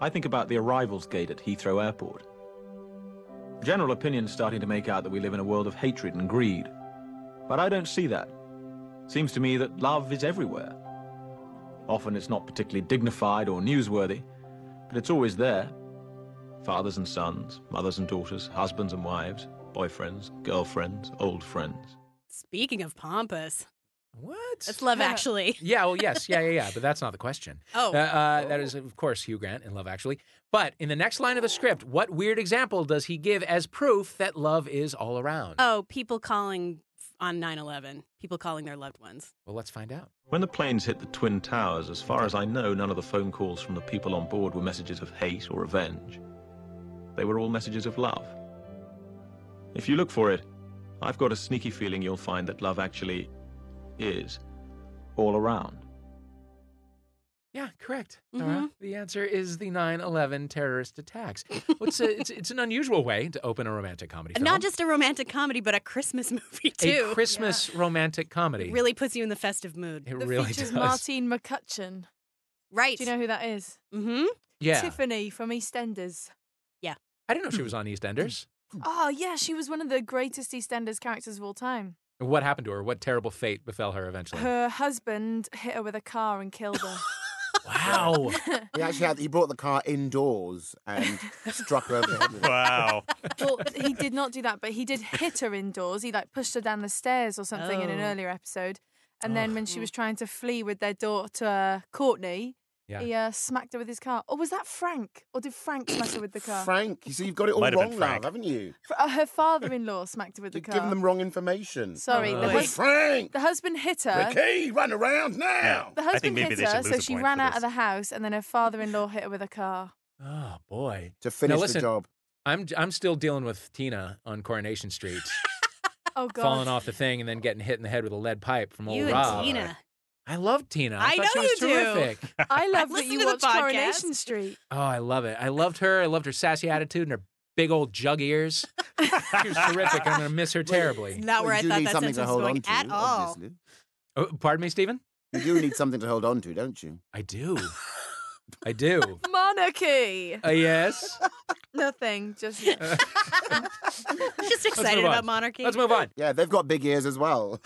Speaker 10: I think about the arrivals gate at Heathrow Airport. General opinion's starting to make out that we live in a world of hatred and greed. But I don't see that. Seems to me that love is everywhere. Often it's not particularly dignified or newsworthy, but it's always there. Fathers and sons, mothers and daughters, husbands and wives, boyfriends, girlfriends, old friends.
Speaker 5: Speaking of pompous.
Speaker 1: What?
Speaker 5: That's love, actually.
Speaker 1: Yeah, well, yes, yeah, yeah, yeah, but that's not the question.
Speaker 5: Oh.
Speaker 1: Uh, uh, that is, of course, Hugh Grant in Love Actually. But in the next line of the script, what weird example does he give as proof that love is all around?
Speaker 5: Oh, people calling f- on 9 11, people calling their loved ones.
Speaker 1: Well, let's find out.
Speaker 10: When the planes hit the Twin Towers, as far as I know, none of the phone calls from the people on board were messages of hate or revenge. They were all messages of love. If you look for it, I've got a sneaky feeling you'll find that love actually is all around.
Speaker 1: Yeah, correct.
Speaker 5: Mm-hmm.
Speaker 1: Dara. The answer is the 9 11 terrorist attacks. What's a, it's, it's an unusual way to open a romantic comedy
Speaker 5: And
Speaker 1: film.
Speaker 5: not just a romantic comedy, but a Christmas movie, too.
Speaker 1: a Christmas romantic comedy.
Speaker 5: Really puts you in the festive mood.
Speaker 1: it
Speaker 2: That
Speaker 1: really
Speaker 2: features
Speaker 1: does.
Speaker 2: Martine McCutcheon.
Speaker 5: Right.
Speaker 2: Do you know who that is?
Speaker 5: Mm-hmm.
Speaker 1: yeah.
Speaker 2: Tiffany from EastEnders.
Speaker 1: I didn't know she was
Speaker 5: Mm.
Speaker 1: on EastEnders.
Speaker 2: Oh, yeah, she was one of the greatest EastEnders characters of all time.
Speaker 1: What happened to her? What terrible fate befell her eventually?
Speaker 2: Her husband hit her with a car and killed her.
Speaker 1: wow.
Speaker 3: He actually had, he brought the car indoors and struck her over the head. with it.
Speaker 4: Wow.
Speaker 2: well, he did not do that, but he did hit her indoors. He like pushed her down the stairs or something in an
Speaker 5: Oh.
Speaker 2: earlier episode. And then when she was trying to flee with their daughter Courtney,
Speaker 1: Yeah.
Speaker 2: he uh, smacked her with his car. Or was that Frank? Or did Frank smack her with the car?
Speaker 3: Frank, you see, you've got it all
Speaker 4: Might have been
Speaker 3: wrong,
Speaker 4: Frank.
Speaker 3: love, haven't you?
Speaker 2: Fr- uh, her father-in-law smacked her with the
Speaker 3: You've
Speaker 2: car.
Speaker 3: given them wrong information.
Speaker 2: Sorry,
Speaker 1: Oh,
Speaker 3: It
Speaker 2: the,
Speaker 5: boy.
Speaker 3: was
Speaker 2: hus-
Speaker 3: Frank!
Speaker 2: the husband hit her.
Speaker 3: Ricky, run around now!
Speaker 2: The
Speaker 4: I think
Speaker 2: husband
Speaker 4: maybe
Speaker 2: hit
Speaker 4: they should
Speaker 2: her,
Speaker 4: lose
Speaker 2: so
Speaker 4: a
Speaker 2: she
Speaker 4: point
Speaker 2: ran
Speaker 4: for
Speaker 2: out of
Speaker 4: this.
Speaker 2: the house, and then her father-in-law hit her with a car.
Speaker 1: Oh, boy.
Speaker 3: To finish
Speaker 1: listen,
Speaker 3: the job.
Speaker 1: I'm, I'm still dealing with Tina on Coronation Street,
Speaker 2: Oh God!
Speaker 1: falling off the thing and then getting hit in the head with a lead pipe from old
Speaker 5: You
Speaker 1: Rob.
Speaker 5: and Tina.
Speaker 1: I love Tina. I,
Speaker 5: I
Speaker 1: thought
Speaker 5: know
Speaker 1: she was
Speaker 5: you do.
Speaker 1: terrific.
Speaker 2: I love that
Speaker 5: Listen
Speaker 2: you
Speaker 5: to the
Speaker 2: watch Coronation
Speaker 5: podcast.
Speaker 2: Street.
Speaker 1: Oh, I love it. I loved her. I loved her sassy attitude and her big old jug ears. She was terrific. I'm going to miss her terribly.
Speaker 5: Not where
Speaker 3: Well,
Speaker 5: I
Speaker 3: you do need
Speaker 5: thought that
Speaker 3: something
Speaker 5: sentence
Speaker 3: to hold
Speaker 5: was going
Speaker 3: on to,
Speaker 5: at all.
Speaker 3: obviously.
Speaker 1: Oh, pardon me, Stephen?
Speaker 3: You do need something to hold on to, don't you?
Speaker 1: I do. I do.
Speaker 2: Monarchy.
Speaker 1: Uh, yes.
Speaker 2: Nothing. Just
Speaker 5: Just excited
Speaker 1: move on.
Speaker 5: about monarchy.
Speaker 1: Let's move on.
Speaker 3: Yeah, they've got big ears as well.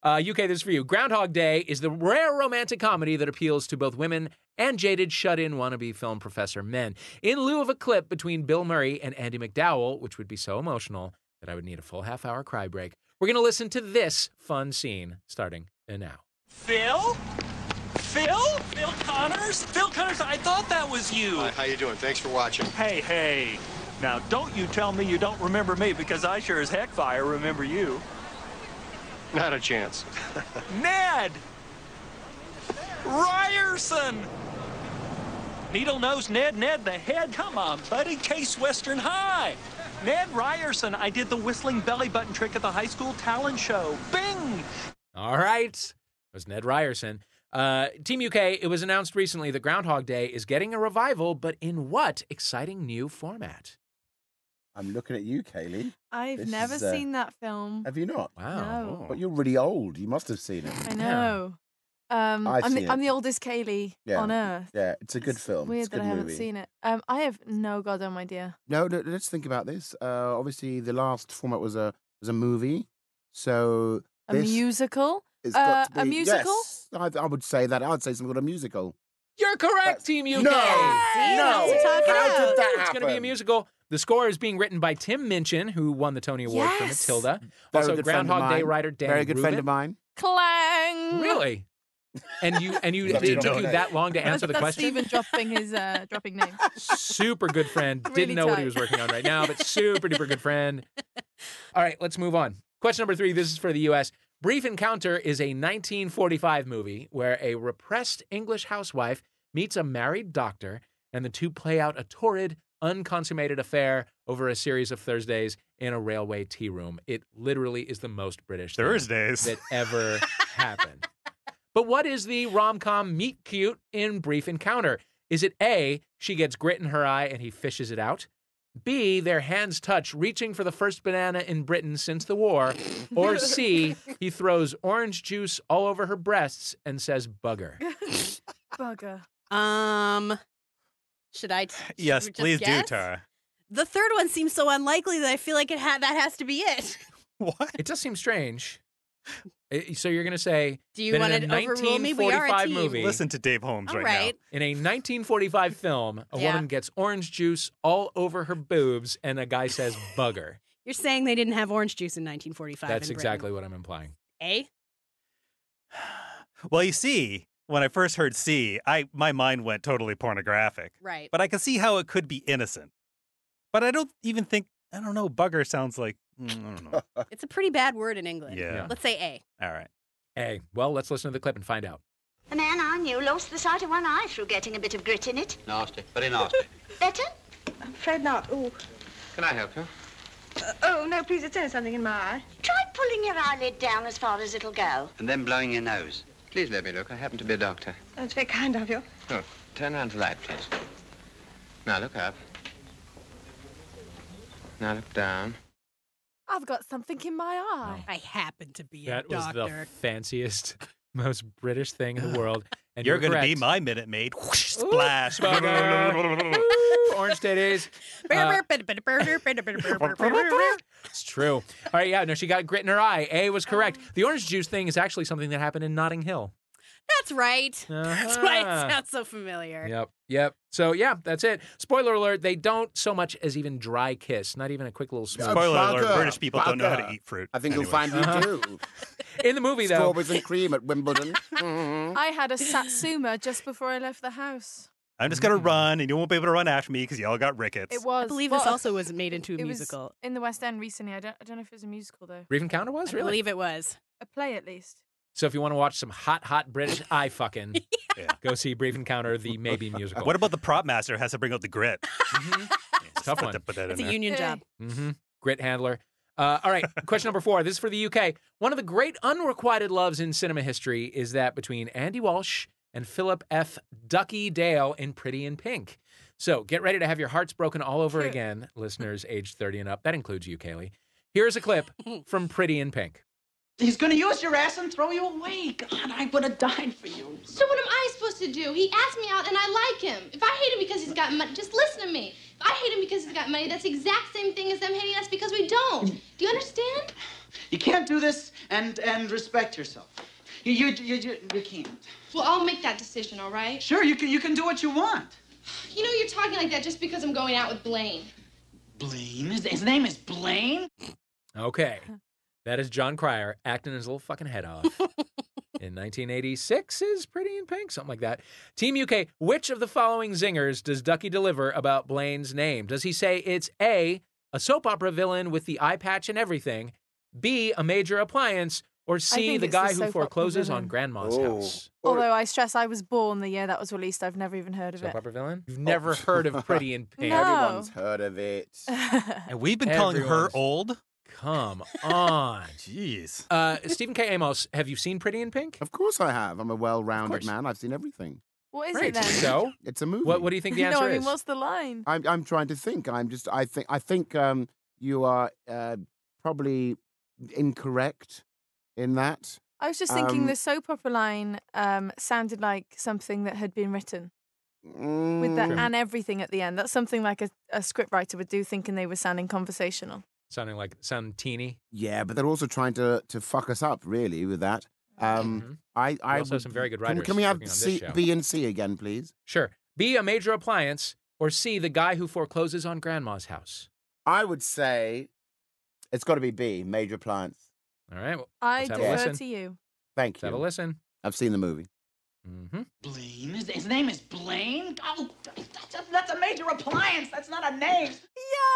Speaker 1: Uh, UK, this is for you. Groundhog Day is the rare romantic comedy that appeals to both women and jaded shut in wannabe film professor men. In lieu of a clip between Bill Murray and Andy McDowell, which would be so emotional that I would need a full half hour cry break, we're going to listen to this fun scene starting now.
Speaker 11: Phil? Phil? Phil Connors? Phil Connors, I thought that was you.
Speaker 12: Hi, how you doing? Thanks for watching.
Speaker 11: hey, hey. Now, don't you tell me you don't remember me because I sure as heck fire remember you.
Speaker 12: Not a chance.
Speaker 11: Ned! Ryerson! Needle Nose Ned, Ned the Head. Come on, buddy. Case Western High. Ned Ryerson, I did the whistling belly button trick at the high school talent show. Bing!
Speaker 1: All right. That was Ned Ryerson. Uh, Team UK, it was announced recently that Groundhog Day is getting a revival, but in what exciting new format?
Speaker 3: I'm looking at you, Kaylee.
Speaker 2: I've
Speaker 3: This
Speaker 2: never
Speaker 3: is, uh,
Speaker 2: seen that film.
Speaker 3: Have you not?
Speaker 1: Wow.
Speaker 2: No.
Speaker 3: But you're really old. You must have seen it.
Speaker 2: I know. Um,
Speaker 3: I've
Speaker 2: I'm,
Speaker 3: seen
Speaker 2: the,
Speaker 3: it.
Speaker 2: I'm the oldest Kaylee
Speaker 3: Yeah.
Speaker 2: on earth.
Speaker 3: Yeah, it's a good
Speaker 2: It's
Speaker 3: film.
Speaker 2: Weird
Speaker 3: it's a good
Speaker 2: that I haven't
Speaker 3: movie.
Speaker 2: seen it. Um, I have no goddamn idea.
Speaker 3: No, no, let's think about this. Uh, obviously, the last format was a was a movie, so
Speaker 2: A
Speaker 3: this
Speaker 2: musical?
Speaker 3: has
Speaker 2: uh,
Speaker 3: got to
Speaker 2: a
Speaker 3: be-
Speaker 2: musical?
Speaker 3: Yes, I, I would say that. I'd say something called a musical.
Speaker 1: You're correct, Team UK.
Speaker 3: No,
Speaker 5: See,
Speaker 3: no.
Speaker 5: that's what I'm talking
Speaker 3: Oh, How
Speaker 5: about.
Speaker 3: did that
Speaker 1: It's
Speaker 3: happen?
Speaker 1: going to be a musical. The score is being written by Tim Minchin, who won the Tony Award for
Speaker 2: Yes.
Speaker 1: Matilda.
Speaker 3: Very
Speaker 1: also,
Speaker 3: good friend of
Speaker 1: Groundhog Day
Speaker 3: mine.
Speaker 1: writer Dan
Speaker 3: Very good friend of
Speaker 1: Rubin.
Speaker 3: mine.
Speaker 2: Clang!
Speaker 1: Really? And you and you
Speaker 3: Love you,
Speaker 1: it took
Speaker 3: Dominic.
Speaker 1: you that long to answer the
Speaker 2: That's
Speaker 1: question.
Speaker 2: Stephen dropping his uh, dropping name.
Speaker 1: super good friend. Didn't
Speaker 2: Really
Speaker 1: know what he
Speaker 2: tight.
Speaker 1: was working on right now, but super duper good friend. All right, let's move on. Question number three. This is for the U.S. Brief Encounter is a 1945 movie where a repressed English housewife meets a married doctor, and the two play out a torrid, unconsummated affair over a series of Thursdays in a railway tea room. It literally is the most British thing
Speaker 4: Thursdays.
Speaker 1: that ever happened. But what is the rom com meet cute in Brief Encounter? Is it A, she gets grit in her eye and he fishes it out? B, their hands touch, reaching for the first banana in Britain since the war? Or C, he throws orange juice all over her breasts and says bugger?
Speaker 2: Bugger.
Speaker 5: Um, should I? T-
Speaker 4: Yes,
Speaker 5: should we just
Speaker 4: please
Speaker 5: guess?
Speaker 4: do, Tara.
Speaker 5: The third one seems so unlikely that I feel like it ha- that has to be it.
Speaker 4: What?
Speaker 1: It does seem strange. Uh, So you're going to say
Speaker 5: Do you
Speaker 1: that
Speaker 5: wanna
Speaker 1: in a
Speaker 5: overrule me? We are a
Speaker 1: 1945
Speaker 5: team.
Speaker 1: movie?
Speaker 5: Listen
Speaker 4: to Dave Holmes
Speaker 5: All right now. right.
Speaker 1: In a 1945 film, a
Speaker 5: Yeah.
Speaker 1: woman gets orange juice all over her boobs, and a guy says "bugger."
Speaker 5: You're saying they didn't have orange juice in 1945.
Speaker 1: That's
Speaker 5: in Britain. eh?
Speaker 1: exactly what I'm implying.
Speaker 5: A.
Speaker 4: Well, you see, when I first heard C, I my mind went totally pornographic.
Speaker 5: Right.
Speaker 4: But I can see how it could be innocent. But I don't even think I don't know. Bugger sounds like mm, I don't know.
Speaker 5: It's a pretty bad word in England.
Speaker 4: Yeah.
Speaker 5: Let's say A.
Speaker 4: All right.
Speaker 1: Hey, well, let's listen to the clip and find out.
Speaker 7: A man I knew lost the sight of one eye through getting a bit of grit in it.
Speaker 12: Nasty. Very nasty.
Speaker 7: Better?
Speaker 13: I'm afraid not. Ooh.
Speaker 12: Can I help you?
Speaker 13: Uh, oh, no, please, it's only something in my eye.
Speaker 7: Try pulling your eyelid down as far as it'll go.
Speaker 12: And then blowing your nose. Please let me look. I happen to be a doctor.
Speaker 13: That's very kind of you.
Speaker 12: Look, turn around to the light, please. Now look up. Now look down.
Speaker 2: I've got something in my eye.
Speaker 5: I happen to be
Speaker 1: that was the fanciest, most British thing in the world. And
Speaker 4: You're
Speaker 1: you're,
Speaker 4: gonna be
Speaker 1: correct.
Speaker 4: my Minute Maid. Whoosh, splash.
Speaker 1: bugger. Ooh, orange titties. Uh, it's true. All right, yeah, no, she got grit in her eye. A was correct.
Speaker 5: Oh.
Speaker 1: The orange juice thing is actually something that happened in Notting Hill.
Speaker 5: That's right. That's why
Speaker 1: Uh-huh.
Speaker 5: it sounds so familiar.
Speaker 1: Yep, yep. So yeah, that's it. Spoiler alert: they don't so much as even dry kiss. Not even a quick little smooch.
Speaker 4: Spoiler alert, Bugger, British people don't know how to bugger. eat fruit.
Speaker 3: I think you'll find we
Speaker 1: Uh-huh.
Speaker 3: do.
Speaker 1: In the movie, though.
Speaker 3: Strawberries and cream at Wimbledon.
Speaker 12: Mm-hmm.
Speaker 10: Oh.
Speaker 2: I had a satsuma just before I left the house.
Speaker 4: I'm just gonna
Speaker 3: Mm-hmm.
Speaker 4: run, and you won't be able to run after me because y'all got rickets.
Speaker 2: It was.
Speaker 5: I believe
Speaker 2: well,
Speaker 5: this also was made into a
Speaker 2: it was
Speaker 5: musical.
Speaker 2: in the West End recently. I don't. I don't know if it was a musical though.
Speaker 1: Raven Counter was
Speaker 5: I
Speaker 1: really.
Speaker 5: believe it was.
Speaker 2: A play at least.
Speaker 1: So if you want to watch some hot, hot British eye fucking, go see Brief Encounter, the maybe musical. Mm-hmm.
Speaker 4: What about the prop master has to bring out the grit?
Speaker 1: Tough
Speaker 4: Put
Speaker 1: one.
Speaker 4: that- put that
Speaker 5: It's
Speaker 4: in
Speaker 5: a
Speaker 4: there.
Speaker 5: union job.
Speaker 1: hmm Grit handler. Uh, all right, question number four. This is for the UK. One of the great unrequited loves in cinema history is that between Andy Walsh and Philip F. Ducky Dale in Pretty in Pink. So get ready to have your hearts broken all over again, listeners aged 30 and up. That includes you, Kaylee. Here's a clip from Pretty in Pink.
Speaker 14: He's gonna use your ass and throw you away. God, I would have died for you.
Speaker 15: So what am I supposed to do? He asked me out and I like him. If I hate him because he's got money, just listen to me. If I hate him because he's got money, that's the exact same thing as them hating us because we don't. Do you understand?
Speaker 14: You can't do this and and respect yourself. You you you you, you can't.
Speaker 15: Well, I'll make that decision, all right?
Speaker 14: Sure, you can you can do what you want.
Speaker 15: You know you're talking like that just because I'm going out with Blaine.
Speaker 14: Blaine, his, his name is Blaine.
Speaker 1: Okay. That is John Cryer acting his little fucking head off. In 1986 is Pretty in Pink, something like that. Team UK, which of the following zingers does Ducky deliver about Blaine's name? Does he say it's A, a soap opera villain with the eye patch and everything, B, a major appliance, or C,
Speaker 2: think
Speaker 1: the
Speaker 2: it's the
Speaker 1: guy
Speaker 2: soap
Speaker 1: who
Speaker 2: opera
Speaker 1: forecloses on
Speaker 2: villain.
Speaker 1: Grandma's house?
Speaker 2: Although I stress I was born the year that was released. I've never even heard of
Speaker 1: Soap
Speaker 2: it.
Speaker 1: opera villain? Oh. You've never heard of Pretty in Pink.
Speaker 2: No. Everyone's
Speaker 3: heard of it.
Speaker 4: And we've been calling her
Speaker 1: Everyone's-
Speaker 4: old.
Speaker 1: Come on.
Speaker 4: Jeez.
Speaker 1: Uh, Stephen K. Amos, have you seen Pretty in Pink?
Speaker 3: Of course I have. I'm a
Speaker 1: Of course.
Speaker 3: well-rounded man. I've seen everything.
Speaker 2: What is
Speaker 1: Great.
Speaker 2: it then?
Speaker 1: So?
Speaker 3: It's a movie.
Speaker 1: What, what do you think the answer
Speaker 2: no, I mean,
Speaker 1: is?
Speaker 2: what's the line?
Speaker 3: I'm I'm trying to think. I'm just I think I think um you are uh, probably incorrect in that.
Speaker 2: I was just thinking
Speaker 3: Um,
Speaker 2: the soap opera line um, sounded like something that had been written with that
Speaker 3: Mm.
Speaker 2: and everything at the end. That's something like a, a scriptwriter would do, thinking they were sounding conversational.
Speaker 1: Sounding like some teeny.
Speaker 3: Yeah, but they're also trying to to fuck us up really with that. Um I I
Speaker 1: Mm-hmm. also have
Speaker 3: would-
Speaker 1: some very good
Speaker 3: can we-
Speaker 1: writers
Speaker 3: Can, we
Speaker 1: working
Speaker 3: have
Speaker 1: on this
Speaker 3: C,
Speaker 1: show.
Speaker 3: B and C again, please?
Speaker 1: Sure. B, a major appliance, or C, the guy who forecloses on grandma's house.
Speaker 3: I would say it's got to be B, major appliance.
Speaker 1: All right. Well,
Speaker 2: I
Speaker 1: let's have a
Speaker 2: defer
Speaker 1: listen.
Speaker 2: to you.
Speaker 3: Thank
Speaker 1: Let's have a
Speaker 3: you.
Speaker 1: listen. Mm-hmm.
Speaker 3: I've seen the movie.
Speaker 14: Blaine, his, his name is Blaine. Oh, that's a, that's a major appliance. That's not a name.
Speaker 1: There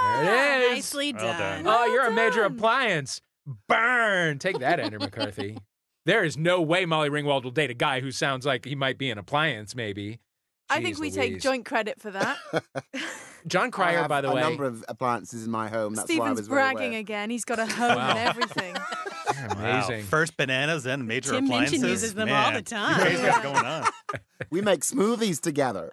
Speaker 2: Ah,
Speaker 1: it is.
Speaker 5: Ah, Nicely
Speaker 1: Well
Speaker 5: done.
Speaker 1: Oh, you're a major appliance. Burn. Take that, Andrew McCarthy. There is no way Molly Ringwald will date a guy who sounds like he might be an appliance, maybe.
Speaker 2: I think
Speaker 1: Jeez
Speaker 2: we take
Speaker 1: Louise.
Speaker 2: joint credit for that.
Speaker 1: John
Speaker 3: I
Speaker 1: Cryer,
Speaker 3: have
Speaker 1: by the
Speaker 3: a
Speaker 1: way.
Speaker 3: number of appliances in my home. That's why I
Speaker 2: Stephen's
Speaker 3: was very aware.
Speaker 2: bragging again. He's got a home and
Speaker 1: Wow.
Speaker 2: everything.
Speaker 4: Wow.
Speaker 1: Amazing.
Speaker 4: First bananas and major
Speaker 5: Tim
Speaker 4: appliances.
Speaker 5: Minchin uses them all
Speaker 4: Man,
Speaker 5: the time.
Speaker 4: You guys got going on.
Speaker 3: We make smoothies together.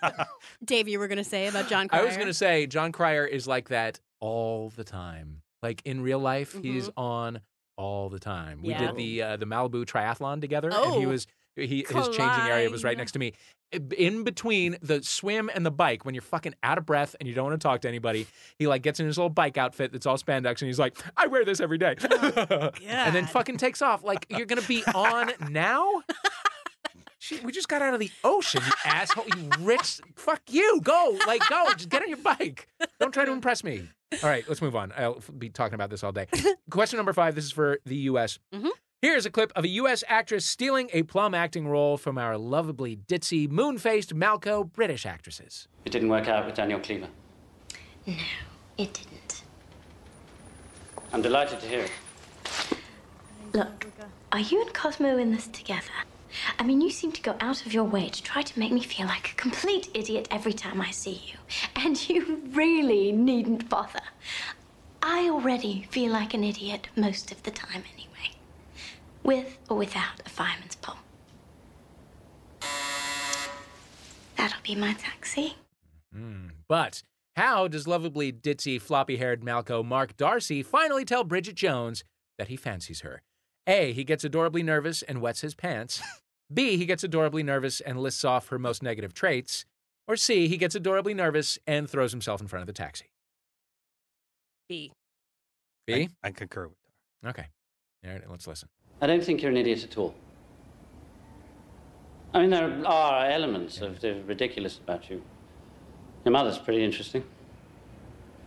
Speaker 5: Dave, you were going to say about John Cryer.
Speaker 1: I was going to say John Cryer is like that all the time. Like in real life, he's on all the time. We
Speaker 5: Mm-hmm. Yeah.
Speaker 1: did the uh, the Malibu triathlon together, and he
Speaker 5: Oh.
Speaker 1: was He, his changing area was right next to me. In between the swim and the bike, when you're fucking out of breath and you don't want to talk to anybody, he like gets in his little bike outfit that's all spandex and he's like, I wear this every day. and then fucking takes off. Like, you're going to be on now? She, we just got out of the ocean, you asshole. You rich. Fuck you. Go. Like, go. Just get on your bike. Don't try to impress me. All right, let's move on. I'll f- be talking about this all day. Question number five. This is for the U.S. Here's a clip of a U.S. actress stealing a plum acting role from our lovably ditzy, moon faced Malco British actresses.
Speaker 16: It didn't work out with Daniel Cleaver.
Speaker 7: No, it didn't.
Speaker 16: I'm delighted to hear it.
Speaker 7: Look, are you and Cosmo in this together? I mean, you seem to go out of your way to try to make me feel like a complete idiot every time I see you. And you really needn't bother. I already feel like an idiot most of the time, anyway. With or without a fireman's pole. That'll be my taxi.
Speaker 1: But how does lovably ditzy, floppy haired Malco Mark Darcy finally tell Bridget Jones that he fancies her? A. He gets adorably nervous and wets his pants. B. He gets adorably nervous and lists off her most negative traits. Or C. He gets adorably nervous and throws himself in front of the taxi.
Speaker 5: B.
Speaker 1: B.
Speaker 4: I concur with
Speaker 1: that. Okay. All right, let's listen.
Speaker 16: I don't think you're an idiot at all. I mean, there are elements of the ridiculous about you. Your mother's pretty interesting.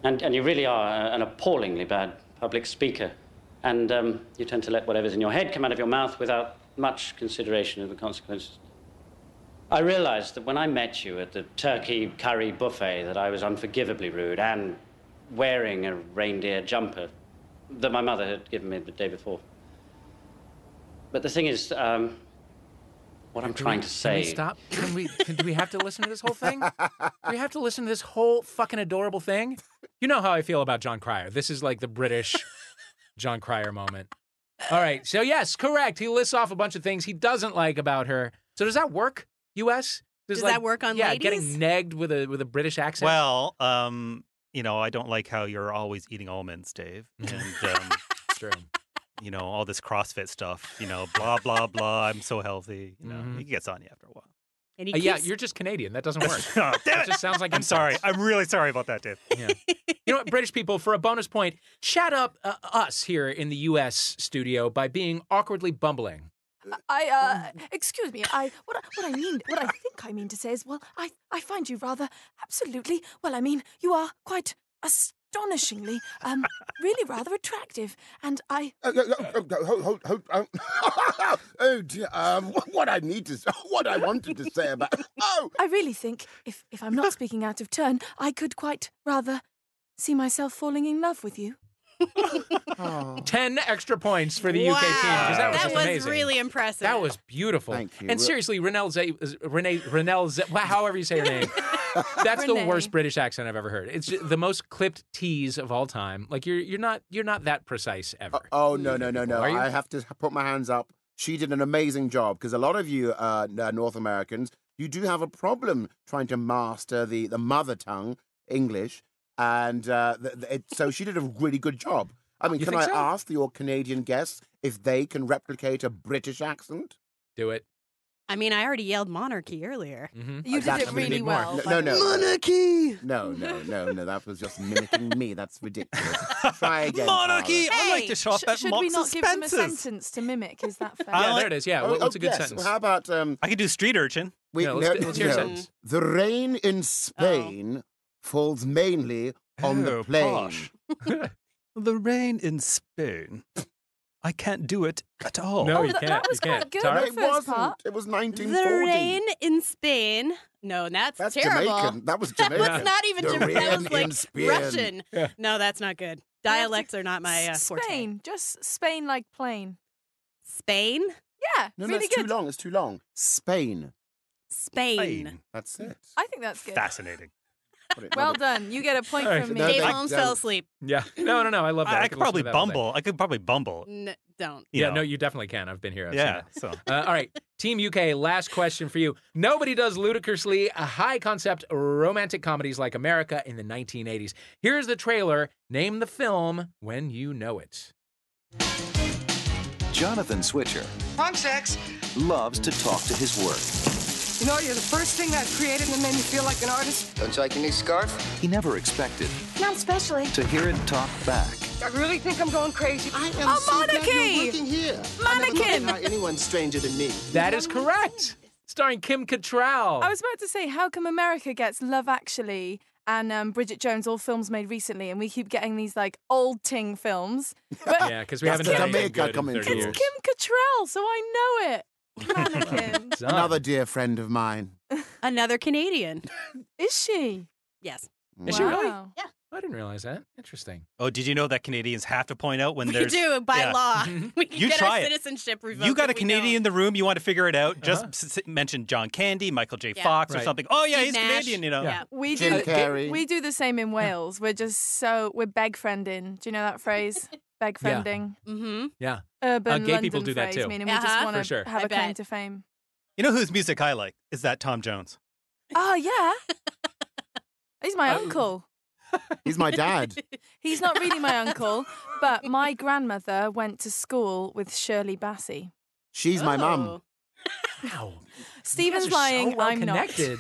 Speaker 16: And, and you really are a- an appallingly bad public speaker. And um, you tend to let whatever's in your head come out of your mouth without much consideration of the consequences. I realized that when I met you at the turkey curry buffet that I was unforgivably rude and wearing a reindeer jumper that my mother had given me the day before. But the thing is, um, what I'm trying to
Speaker 1: Can
Speaker 16: say.
Speaker 1: we stop? Can we, can, do we have to listen to this whole thing? do we have to listen to this whole fucking adorable thing? You know how I feel about John Cryer. This is like the British John Cryer moment. All right. So, yes, correct. He lists off a bunch of things he doesn't like about her. So, does that work, U.S.?
Speaker 5: Does that work on
Speaker 1: yeah,
Speaker 5: ladies?
Speaker 1: getting negged with a, with a British accent?
Speaker 4: Well, um, you know, I don't like how you're always eating almonds, Dave. And um,
Speaker 1: true. Uh,
Speaker 4: You know, all this CrossFit stuff. You know, blah blah blah. I'm so healthy. You know, it gets on you after a while.
Speaker 5: And
Speaker 4: he
Speaker 1: Uh, yeah,
Speaker 4: keeps-
Speaker 1: you're just Canadian. That doesn't work.
Speaker 4: Oh, damn
Speaker 1: it just sounds like
Speaker 4: I'm sorry. I'm really sorry about that, Dave.
Speaker 1: Yeah. you know what, British people, for a bonus point, chat up uh, us here in the U.S. studio by being awkwardly bumbling.
Speaker 2: I uh, excuse me. I what I, what I mean, what I think I mean to say is, well, I I find you rather absolutely. Well, I mean, you are quite astonishingly, um, really rather attractive, and I.
Speaker 3: Uh, uh, uh, uh, hold- hold- hold- um, oh dear! Um, wh- what I need to, s- what I wanted to say about Oh!
Speaker 2: I really think if if I'm not speaking out of turn, I could quite rather see myself falling in love with you.
Speaker 1: Ten extra points for the
Speaker 5: wow.
Speaker 1: UK team because that was just amazing.
Speaker 5: really impressive.
Speaker 1: that was beautiful.
Speaker 5: Thank you.
Speaker 1: And seriously, Renelle Zay, Renee, Renelle Zay, well, however you say her name, that's the
Speaker 5: Renee.
Speaker 1: worst British accent I've ever heard. It's ju- the most clipped tease of all time. Like you're you're not you're not that precise ever.
Speaker 3: Oh no no no no!
Speaker 1: Are you?
Speaker 3: I have to put my hands up. She did an amazing job because a lot of you uh, n- uh, North Americans, you do have a problem trying to master the the mother tongue English, and uh, th- th- it, so she did a really good job. I mean,
Speaker 1: You
Speaker 3: can
Speaker 1: think
Speaker 3: I
Speaker 1: so?
Speaker 3: ask your Canadian guests if they can replicate a British accent?
Speaker 1: Do it. Mm-hmm.
Speaker 5: I mean, I already yelled monarchy earlier.
Speaker 3: Uh, that's- I'm gonna need more. No, no, no. No, no, no, no. That was just mimicking me. That's ridiculous. Try again.
Speaker 4: Monarchy!
Speaker 3: Tara.
Speaker 4: I like to shop at
Speaker 2: Should we not
Speaker 4: Marks and
Speaker 2: give them a
Speaker 4: Spencer's.
Speaker 2: sentence to mimic? Is that fair?
Speaker 4: I like-
Speaker 3: Oh, oh, yes. How about um?
Speaker 4: I can do street urchin.
Speaker 3: We, no, no. The rain in Spain falls mainly on the
Speaker 4: Oh,
Speaker 3: plain.
Speaker 4: posh. the rain in Spain. I can't do it at all.
Speaker 1: No, Oh, you that- that can't. was You can't. quite good, Tara? the
Speaker 3: It
Speaker 1: first
Speaker 3: wasn't.
Speaker 1: part.
Speaker 3: It was
Speaker 5: The
Speaker 3: 1940.
Speaker 5: rain in Spain. No, that's,
Speaker 3: That's
Speaker 5: terrible.
Speaker 3: Jamaican. That was
Speaker 5: That
Speaker 3: Jamaican.
Speaker 5: was not even
Speaker 3: The
Speaker 5: Jamaican. That
Speaker 3: rain
Speaker 5: was
Speaker 3: in
Speaker 5: like
Speaker 3: Spain.
Speaker 5: Russian.
Speaker 3: Yeah.
Speaker 5: No, that's not good. Dialects are not my uh, forte.
Speaker 2: Spain, just Spain like plain.
Speaker 5: Spain?
Speaker 2: Yeah,
Speaker 3: No, no,
Speaker 2: really
Speaker 3: it's
Speaker 2: good.
Speaker 3: too long. It's too long. Spain.
Speaker 5: Spain.
Speaker 3: That's it.
Speaker 2: I think that's good.
Speaker 4: Fascinating.
Speaker 2: Well done. You get a point
Speaker 1: All right,
Speaker 2: from me.
Speaker 1: no, Dave thank-
Speaker 5: Holmes fell asleep.
Speaker 1: Yeah. No, no, no. I love that.
Speaker 4: I,
Speaker 1: I
Speaker 4: could
Speaker 1: could listen
Speaker 4: probably
Speaker 1: to that all day.
Speaker 4: bumble. I could probably bumble.
Speaker 5: N- don't.
Speaker 1: yeah,
Speaker 4: know.
Speaker 1: no, you definitely can. I've been here. I've seen
Speaker 4: Yeah,
Speaker 1: it.
Speaker 4: so.
Speaker 1: Uh, all right, Team UK. Last question for you. Nobody does ludicrously a high concept romantic comedies like America in the 1980s. Here's the trailer. Name the film when you know it.
Speaker 17: Jonathan Switcher
Speaker 18: Wrong sex.
Speaker 17: loves to talk to his work.
Speaker 18: You know, you're the first thing I've created that made me feel like an artist.
Speaker 17: Don't you like your new scarf? He never expected
Speaker 18: Not especially.
Speaker 17: to hear it talk back.
Speaker 18: I really think I'm going crazy. I
Speaker 17: am
Speaker 18: a
Speaker 17: so glad
Speaker 18: monarchy.
Speaker 17: you're working
Speaker 18: here.
Speaker 17: anyone's stranger to me.
Speaker 1: That is correct. Starring Kim Cattrall.
Speaker 2: I was about to say, how come America gets Love Actually and um, Bridget Jones, all films made recently, and we keep getting these like old ting films? But
Speaker 1: yeah, because we
Speaker 3: That's
Speaker 1: haven't done
Speaker 3: Jamaica
Speaker 1: anything good
Speaker 3: coming
Speaker 1: in 30
Speaker 3: through.
Speaker 1: years.
Speaker 2: Kim Cattrall, so I know it.
Speaker 3: Another dear friend of mine.
Speaker 5: Another Canadian.
Speaker 2: Is she?
Speaker 5: Yes.
Speaker 3: Is she really?
Speaker 2: Wow.
Speaker 5: Yeah.
Speaker 1: Oh, I didn't realize that. Interesting.
Speaker 4: Oh, did you know that Canadians have to point out when
Speaker 5: We
Speaker 4: there's
Speaker 5: do by
Speaker 4: Yeah.
Speaker 2: Ah.
Speaker 5: law.
Speaker 1: Mm-hmm.
Speaker 5: We can
Speaker 4: You
Speaker 5: get
Speaker 4: try
Speaker 5: our
Speaker 4: it.
Speaker 5: citizenship revoked.
Speaker 4: You got a
Speaker 5: if we don't.
Speaker 4: Canadian in the room. You want to figure it out? Just s- s- mention John Candy, Michael J.
Speaker 5: Yeah.
Speaker 4: Fox, or
Speaker 5: Uh-huh. Right.
Speaker 4: something. Oh yeah,
Speaker 5: Steve
Speaker 4: he's
Speaker 5: Nash.
Speaker 4: Canadian. You know.
Speaker 5: Yeah.
Speaker 2: We
Speaker 4: Jim
Speaker 2: do.
Speaker 4: Carrey.
Speaker 2: We do the same in Wales. We're just so we're beg friending. Do you know that phrase? Beg
Speaker 1: Yeah.
Speaker 2: friending.
Speaker 5: Mm-hmm.
Speaker 1: Yeah.
Speaker 2: Urban
Speaker 1: Uh, gay
Speaker 2: London
Speaker 1: people do that
Speaker 2: phrase,
Speaker 1: too.
Speaker 2: meaning we just
Speaker 5: Uh-huh.
Speaker 2: want to
Speaker 1: For sure.
Speaker 2: have
Speaker 5: I
Speaker 2: a claim
Speaker 5: bet.
Speaker 2: to fame.
Speaker 4: You know whose music I like is that Tom Jones.
Speaker 2: Oh yeah, he's my
Speaker 1: Uh,
Speaker 2: uncle.
Speaker 3: He's my dad.
Speaker 2: He's not really my uncle, but my grandmother went to school with Shirley Bassey.
Speaker 3: She's my
Speaker 5: Oh,
Speaker 3: mum.
Speaker 2: Stephen's
Speaker 1: are so
Speaker 2: lying.
Speaker 1: well
Speaker 2: I'm
Speaker 1: connected.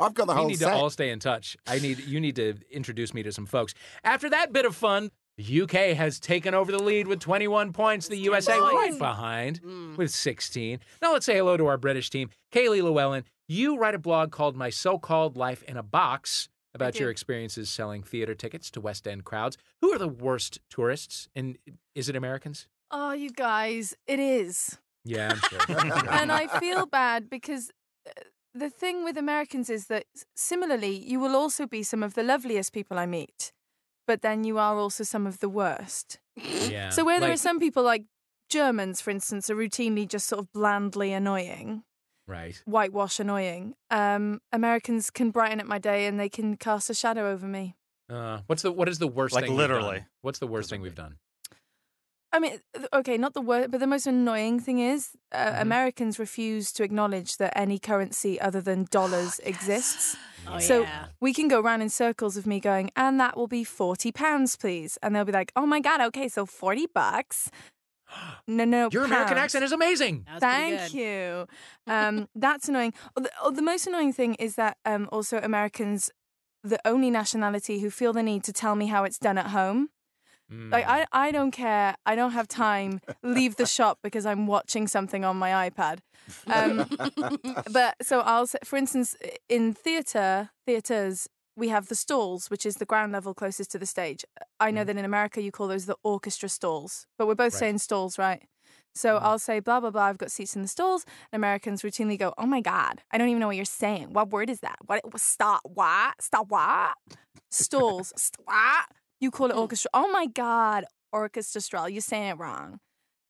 Speaker 3: I've got the
Speaker 1: We
Speaker 3: whole
Speaker 1: need
Speaker 3: set.
Speaker 1: to all stay in touch. I need you need to introduce me to some folks. After that bit of fun, the UK has taken over the lead with 21 points. The USA right behind
Speaker 5: mm.
Speaker 1: with 16. Now let's say hello to our British team. Kaylee Llewellyn, you write a blog called My So-Called Life in a Box about
Speaker 5: do.
Speaker 1: your experiences selling theater tickets to West End crowds. Who are the worst tourists? And is it Americans?
Speaker 2: not. Oh, you guys, it is.
Speaker 1: Yeah, I'm sure.
Speaker 2: and I feel bad because uh, the thing with Americans is that s- similarly, you will also be some of the loveliest people I meet, but then you are also some of the worst.
Speaker 1: yeah.
Speaker 2: so, where there are
Speaker 1: like-
Speaker 2: some people like Germans, for instance, are routinely just sort of blandly annoying,
Speaker 1: right.
Speaker 2: whitewash annoying, um, Americans can brighten up my day and they can cast a shadow over me.
Speaker 1: Uh, what's the what is the worst
Speaker 4: Like,
Speaker 1: thing? We've
Speaker 4: literally.
Speaker 1: done? What's the worst thing we've done?
Speaker 2: I mean, th- okay, not the worst, but the most annoying thing is uh,
Speaker 1: Mm-hmm.
Speaker 2: Americans refuse to acknowledge that any currency other than dollars exists.
Speaker 5: Oh,
Speaker 2: so
Speaker 5: yeah.
Speaker 2: we can go round in circles of me going, and that will be forty pounds, please, and they'll be like, oh my god, okay, so forty bucks. No, no.
Speaker 1: Your American
Speaker 2: pounds.
Speaker 1: accent is amazing.
Speaker 2: Thank you. Um, that's annoying. Oh, the, oh, the most annoying thing is that um, also Americans, the only nationality who feel the need to tell me how it's done at home. Like
Speaker 1: Hmm.
Speaker 2: I, I don't care. I don't have time. Leave the shop because I'm watching something on my iPad. Um, but so I'll, say, for instance, in theatre, theatres we have the stalls, which is the ground level closest to the stage. I know that in America you call those the orchestra stalls, but we're both
Speaker 19: Right.
Speaker 2: saying stalls, right? So I'll say blah blah blah. I've got seats in the stalls, and Americans routinely go, "Oh my god, I don't even know what you're saying. What word is that? What stop? What stop? What stalls? st- what you call it orchestra? Oh my god, orchestra stall. You're saying it wrong."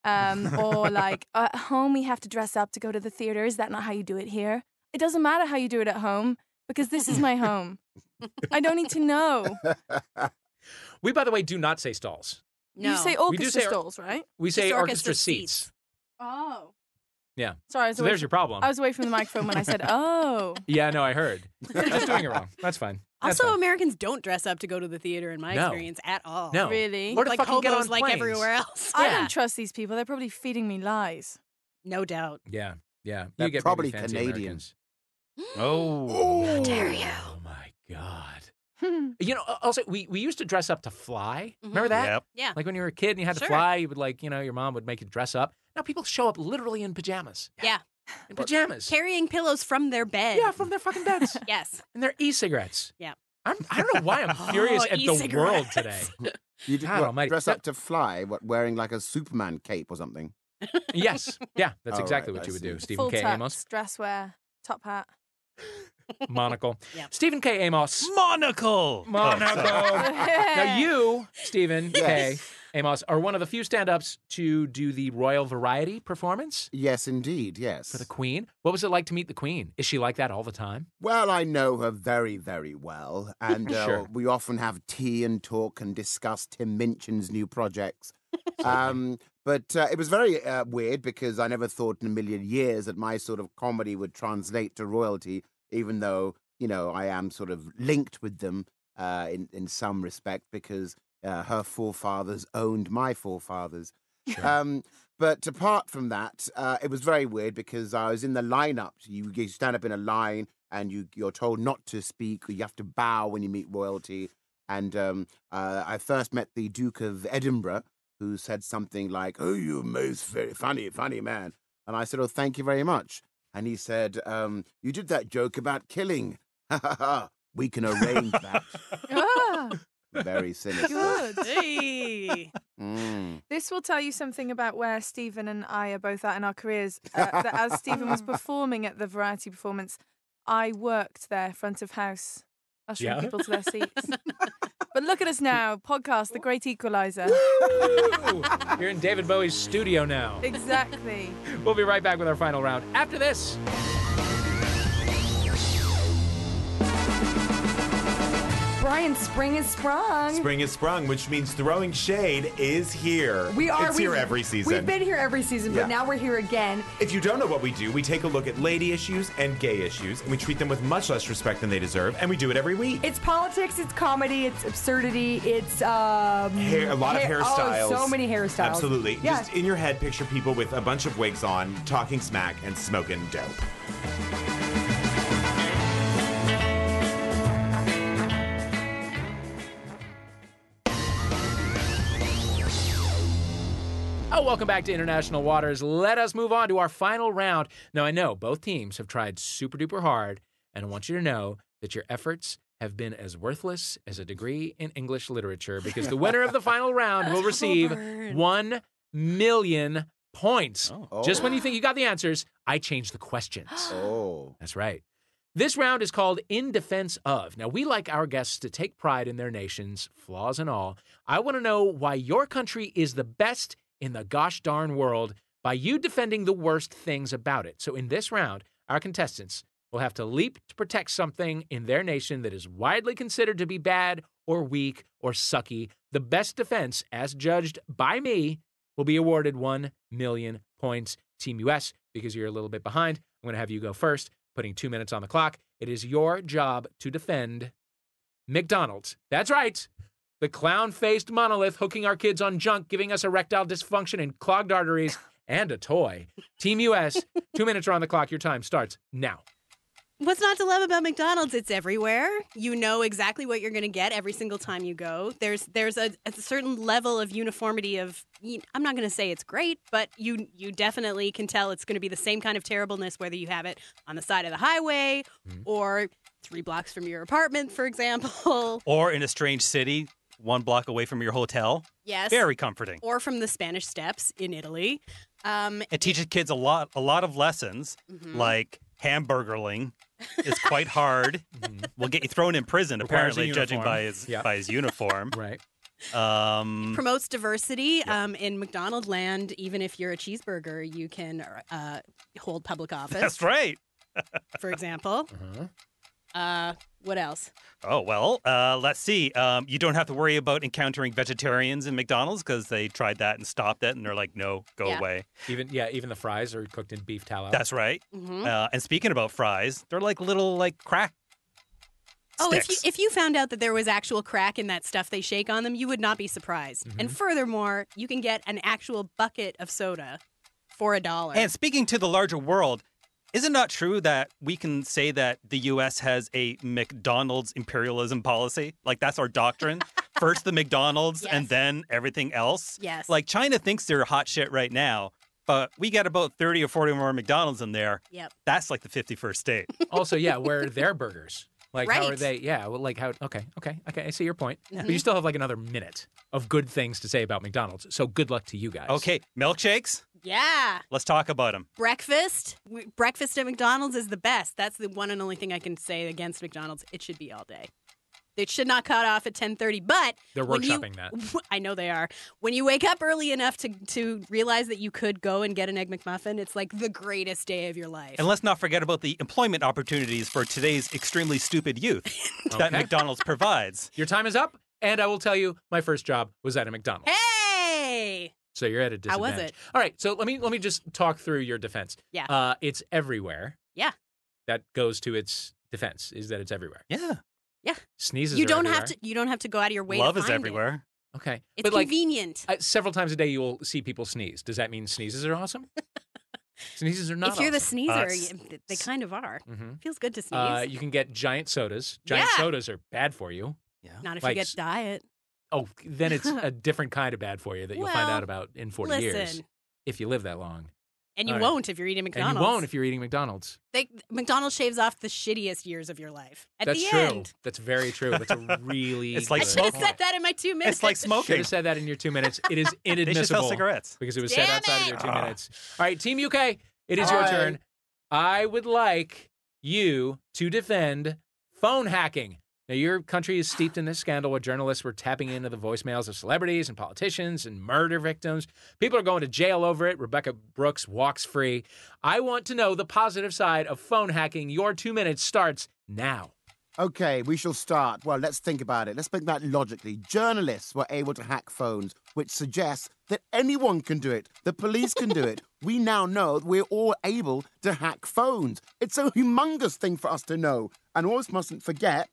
Speaker 2: Um, or like at home, we have to dress up to go to the theater. Is that not how you do it here? It doesn't matter how you do it at home because this is my home. I don't need to know.
Speaker 1: We, by the way, do not say stalls.
Speaker 2: You say "Oh,
Speaker 1: We do
Speaker 2: orchestra
Speaker 1: say or-
Speaker 2: stalls, right?
Speaker 1: We say orchestra, seats.
Speaker 2: Oh.
Speaker 1: Yeah.
Speaker 2: Sorry, I was
Speaker 1: So
Speaker 2: away
Speaker 1: there's
Speaker 2: from-
Speaker 1: your problem.
Speaker 2: I was away from the microphone when I said, "Oh."
Speaker 1: Yeah, no, I heard. That's doing it wrong. That's fine. That's
Speaker 5: Also, um, Americans don't dress up to go to the theater, in my
Speaker 1: No.
Speaker 5: experience, at all.
Speaker 1: No.
Speaker 2: Really?
Speaker 5: Look like hobos, like everywhere else.
Speaker 2: I don't trust these people. They're probably feeding me lies.
Speaker 5: No doubt.
Speaker 1: fine. Yeah, yeah. You
Speaker 3: They're
Speaker 1: get maybe
Speaker 3: probably
Speaker 1: fancy
Speaker 3: Canadians.
Speaker 1: Oh.
Speaker 3: How
Speaker 1: dare you. Oh, my God. You know, uh, also, we, we used to dress up to fly. Remember that?
Speaker 4: Yep.
Speaker 5: Yeah.
Speaker 1: Like when you were a kid and you had to
Speaker 5: Sure.
Speaker 1: fly, you would, like, you know, your mom would make you dress up. Now people show up literally in pajamas.
Speaker 5: Yeah.
Speaker 1: In pajamas.
Speaker 5: Carrying pillows from their bed.
Speaker 1: Yeah, from their fucking beds.
Speaker 5: yes.
Speaker 1: And they're e cigarettes.
Speaker 5: Yeah.
Speaker 1: I'm, I don't know why I'm furious
Speaker 5: Oh,
Speaker 1: at the world
Speaker 5: e-cigarettes.
Speaker 1: today.
Speaker 3: You did
Speaker 1: God
Speaker 3: what,
Speaker 1: almighty.
Speaker 3: dress
Speaker 1: That-
Speaker 3: up to fly, what, wearing like a Superman cape or something.
Speaker 1: Yes. Yeah. That's
Speaker 3: Oh,
Speaker 1: exactly
Speaker 3: right,
Speaker 1: what
Speaker 3: I
Speaker 1: you would
Speaker 3: see.
Speaker 1: do, Stephen
Speaker 2: Full
Speaker 1: K. Amos.
Speaker 2: tux, dress wear, top hat.
Speaker 1: monocle. Stephen K. Amos.
Speaker 4: Monocle. Oh,
Speaker 1: Monocle. now you, Stephen K.
Speaker 3: Yes.
Speaker 1: Amos, are one of the few stand-ups to do the royal variety performance
Speaker 3: Yes, indeed, yes.
Speaker 1: for the Queen. What was it like to meet the Queen? Is she like that all the time?
Speaker 3: Well, I know her very, very well, and uh,
Speaker 1: Sure.
Speaker 3: we often have tea and talk and discuss Tim Minchin's new projects. um, but uh, it was very uh, weird because I never thought in a million years that my sort of comedy would translate to royalty, even though you know I am sort of linked with them uh, in in some respect because uh, her forefathers owned my forefathers. Um, But apart from that, uh, it was very weird because I was in the lineup. You, you stand up in a line and you, you're told not to speak, or you have to bow when you meet royalty. And um, uh, I first met the Duke of Edinburgh, who said something like, Oh, you most very funny, funny man. And I said, Oh, thank you very much. And he said, um, You did that joke about killing. Ha ha ha. We can arrange that.
Speaker 2: Ah,
Speaker 3: very sinister.
Speaker 2: good.
Speaker 3: Mm.
Speaker 2: This will tell you something about where Stephen and I are both at in our careers. Uh, that as Stephen was performing at the variety performance, I worked there, front of house, ushering
Speaker 19: Yeah.
Speaker 2: people to their seats. but look at us now, podcast, The Great Equalizer.
Speaker 1: You're in David Bowie's studio now.
Speaker 2: exactly.
Speaker 1: We'll be right back with our final round after this.
Speaker 20: Brian, spring is sprung.
Speaker 21: Spring is sprung, which means throwing shade is here.
Speaker 20: We are.
Speaker 21: It's here
Speaker 20: we've-
Speaker 21: every season.
Speaker 20: We've been here every season,
Speaker 21: Yeah.
Speaker 20: but now we're here again.
Speaker 21: If you don't know what we do, we take a look at lady issues and gay issues, and we treat them with much less respect than they deserve, and we do it every week.
Speaker 20: It's politics, it's comedy, it's absurdity, it's um,
Speaker 21: Hair, a lot of
Speaker 20: hair-
Speaker 21: hairstyles.
Speaker 20: Oh, so many hairstyles.
Speaker 21: Absolutely.
Speaker 20: Yeah.
Speaker 21: Just in your head, picture people with a bunch of wigs on, talking smack and smoking dope.
Speaker 1: Oh, welcome back to International Waters. Let us move on to our final round. Now, I know both teams have tried super duper hard, and I want you to know that your efforts have been as worthless as a degree in English literature because the winner of the final round will receive
Speaker 11: Stubborn.
Speaker 1: 1 million points.
Speaker 4: Oh.
Speaker 1: Just when you think you got the answers, I change the questions.
Speaker 3: Oh.
Speaker 1: That's right. This round is called In Defense of. Now, we like our guests to take pride in their nations, flaws and all. I want to know why your country is the best in the gosh darn world by you defending the worst things about it. So, in this round, our contestants will have to leap to protect something in their nation that is widely considered to be bad or weak or sucky. The best defense, as judged by me, will be awarded 1 million points. Team US, because you're a little bit behind, I'm going to have you go first, putting two minutes on the clock. It is your job to defend McDonald's. That's right. The clown faced monolith hooking our kids on junk, giving us erectile dysfunction and clogged arteries and a toy. Team US, two minutes are on the clock. Your time starts now.
Speaker 5: What's not to love about McDonald's? It's everywhere. You know exactly what you're going to get every single time you go. There's there's a, a certain level of uniformity of you- I'm not going to say it's great, but you you definitely can tell it's going to be the same kind of terribleness whether you have it on the side of the highway or 3 blocks from your apartment, for example,
Speaker 4: Or in a strange city, one block away from your hotel.
Speaker 5: Yes.
Speaker 4: Very comforting.
Speaker 5: or from the Spanish Steps in Italy. Um,
Speaker 4: It teaches kids a lot a lot of lessons
Speaker 5: Mhm.
Speaker 4: like hamburgerling is quite hard.
Speaker 1: Mm-hmm.
Speaker 4: Will get you thrown in prison
Speaker 11: Requires a
Speaker 4: apparently judging by
Speaker 11: uniform.
Speaker 4: his by his uniform.
Speaker 1: right.
Speaker 4: Um
Speaker 5: promotes diversity um, in McDonald land. Even if you're a cheeseburger, you can uh, hold public office.
Speaker 4: That's right. Uh-huh.
Speaker 5: For example. Uh, what else?
Speaker 4: Oh well, uh, let's see. Um, you don't have to worry about encountering vegetarians in McDonald's because they tried that and stopped it, and they're like, "No, go
Speaker 5: Yeah.
Speaker 4: away."
Speaker 1: Even yeah, even the fries are cooked in beef tallow.
Speaker 4: That's right.
Speaker 5: Mhm.
Speaker 4: Uh, and speaking about fries, they're like little like crack.
Speaker 5: Oh, if you,
Speaker 4: Sticks.
Speaker 5: if you found out that there was actual crack in that stuff they shake on them, you would not be surprised.
Speaker 4: Mm-hmm.
Speaker 5: And furthermore, you can get an actual bucket of soda for a dollar.
Speaker 4: And speaking to the larger world, is it not true that we can say that the U.S. has a McDonald's imperialism policy? Like that's our doctrine. First the McDonald's, and then everything else.
Speaker 5: Yes.
Speaker 4: Like China thinks they're hot shit right now, but we got about thirty or forty more McDonald's in there.
Speaker 5: Yep.
Speaker 4: That's like the fifty-first state.
Speaker 1: also, yeah, where are their burgers? Like how are
Speaker 4: Right.
Speaker 1: they? Yeah, well, like how? Okay, okay, okay. I see your point,
Speaker 5: Mm-hmm.
Speaker 1: but you
Speaker 4: Mhm.
Speaker 1: still have like another minute of good things to say about McDonald's. So good luck to you guys.
Speaker 4: Okay, milkshakes.
Speaker 5: yeah.
Speaker 4: Let's talk about them.
Speaker 5: Breakfast, w- breakfast at McDonald's is the best. That's the one and only thing I can say against McDonald's. It should be all day. It should not cut off at ten thirty, but
Speaker 1: They're
Speaker 5: when you-
Speaker 1: workshopping that.
Speaker 5: I know they are. When you wake up early enough to to realize that you could go and get an egg McMuffin, it's like the greatest day of your life.
Speaker 4: And let's not forget about the employment opportunities for today's extremely stupid youth that
Speaker 1: Okay.
Speaker 4: McDonald's provides.
Speaker 1: Your time is up, and I will tell you, my first job was at a McDonald's.
Speaker 5: Hey,
Speaker 1: So you're at a
Speaker 5: How
Speaker 1: disadvantage.
Speaker 5: was it?
Speaker 1: All right, so let me let me just talk through your defense.
Speaker 5: Yeah.
Speaker 1: uh, it's everywhere.
Speaker 5: yeah,
Speaker 1: That goes to its defense is that it's everywhere.
Speaker 4: Yeah,
Speaker 5: yeah.
Speaker 1: sneezes.
Speaker 5: you
Speaker 1: are
Speaker 5: don't
Speaker 1: everywhere.
Speaker 5: have to. You don't have to go out of your way. to find it.
Speaker 1: Okay.
Speaker 5: It's
Speaker 1: but like
Speaker 5: convenient.
Speaker 1: uh, several times a day, you'll see people sneeze. Does that mean sneezes are awesome? sneezes are not.
Speaker 5: if you're the
Speaker 1: awesome.
Speaker 5: sneezer, you, they kind of are.
Speaker 1: Mhm.
Speaker 5: Feels good to sneeze.
Speaker 1: Uh, you can get giant sodas. Giant
Speaker 5: Yeah.
Speaker 1: sodas are bad for you. Yeah.
Speaker 5: Not if
Speaker 1: Like,
Speaker 5: you get diet.
Speaker 1: Oh, then it's a different kind of bad for you that you'll find
Speaker 5: Well,
Speaker 1: out about in 40 years
Speaker 5: listen.
Speaker 1: if you live that long.
Speaker 5: And you
Speaker 1: All right.
Speaker 5: won't if you're eating McDonald's.
Speaker 1: And you won't if you're eating McDonald's.
Speaker 5: They, McDonald's shaves off the shittiest years of your life at
Speaker 1: That's
Speaker 5: the
Speaker 1: true.
Speaker 5: end.
Speaker 1: That's very true. That's a really
Speaker 4: It's like
Speaker 1: good
Speaker 5: Should have
Speaker 1: point.
Speaker 5: said that in my two minutes.
Speaker 1: Should have said that in your two minutes. It is
Speaker 4: They should sell
Speaker 1: inadmissible.
Speaker 4: cigarettes.
Speaker 1: because it was said
Speaker 4: Damn
Speaker 1: outside of your two
Speaker 4: it.
Speaker 1: minutes. All right, Team UK, it is your
Speaker 4: Hi.
Speaker 1: turn. I would like you to defend phone hacking. Now, your country is steeped in this scandal where journalists were tapping into the voicemails of celebrities and politicians and murder victims. People are going to jail over it. Rebecca Brooks walks free. I want to know the positive side of phone hacking. Your two minutes starts now.
Speaker 3: Okay, we shall start. Well, let's think about it. Let's think about it logically. Journalists were able to hack phones, which suggests that anyone can do it. The police can do it. We now know that we're all able to hack phones. It's a humongous thing for us to know. And we always mustn't forget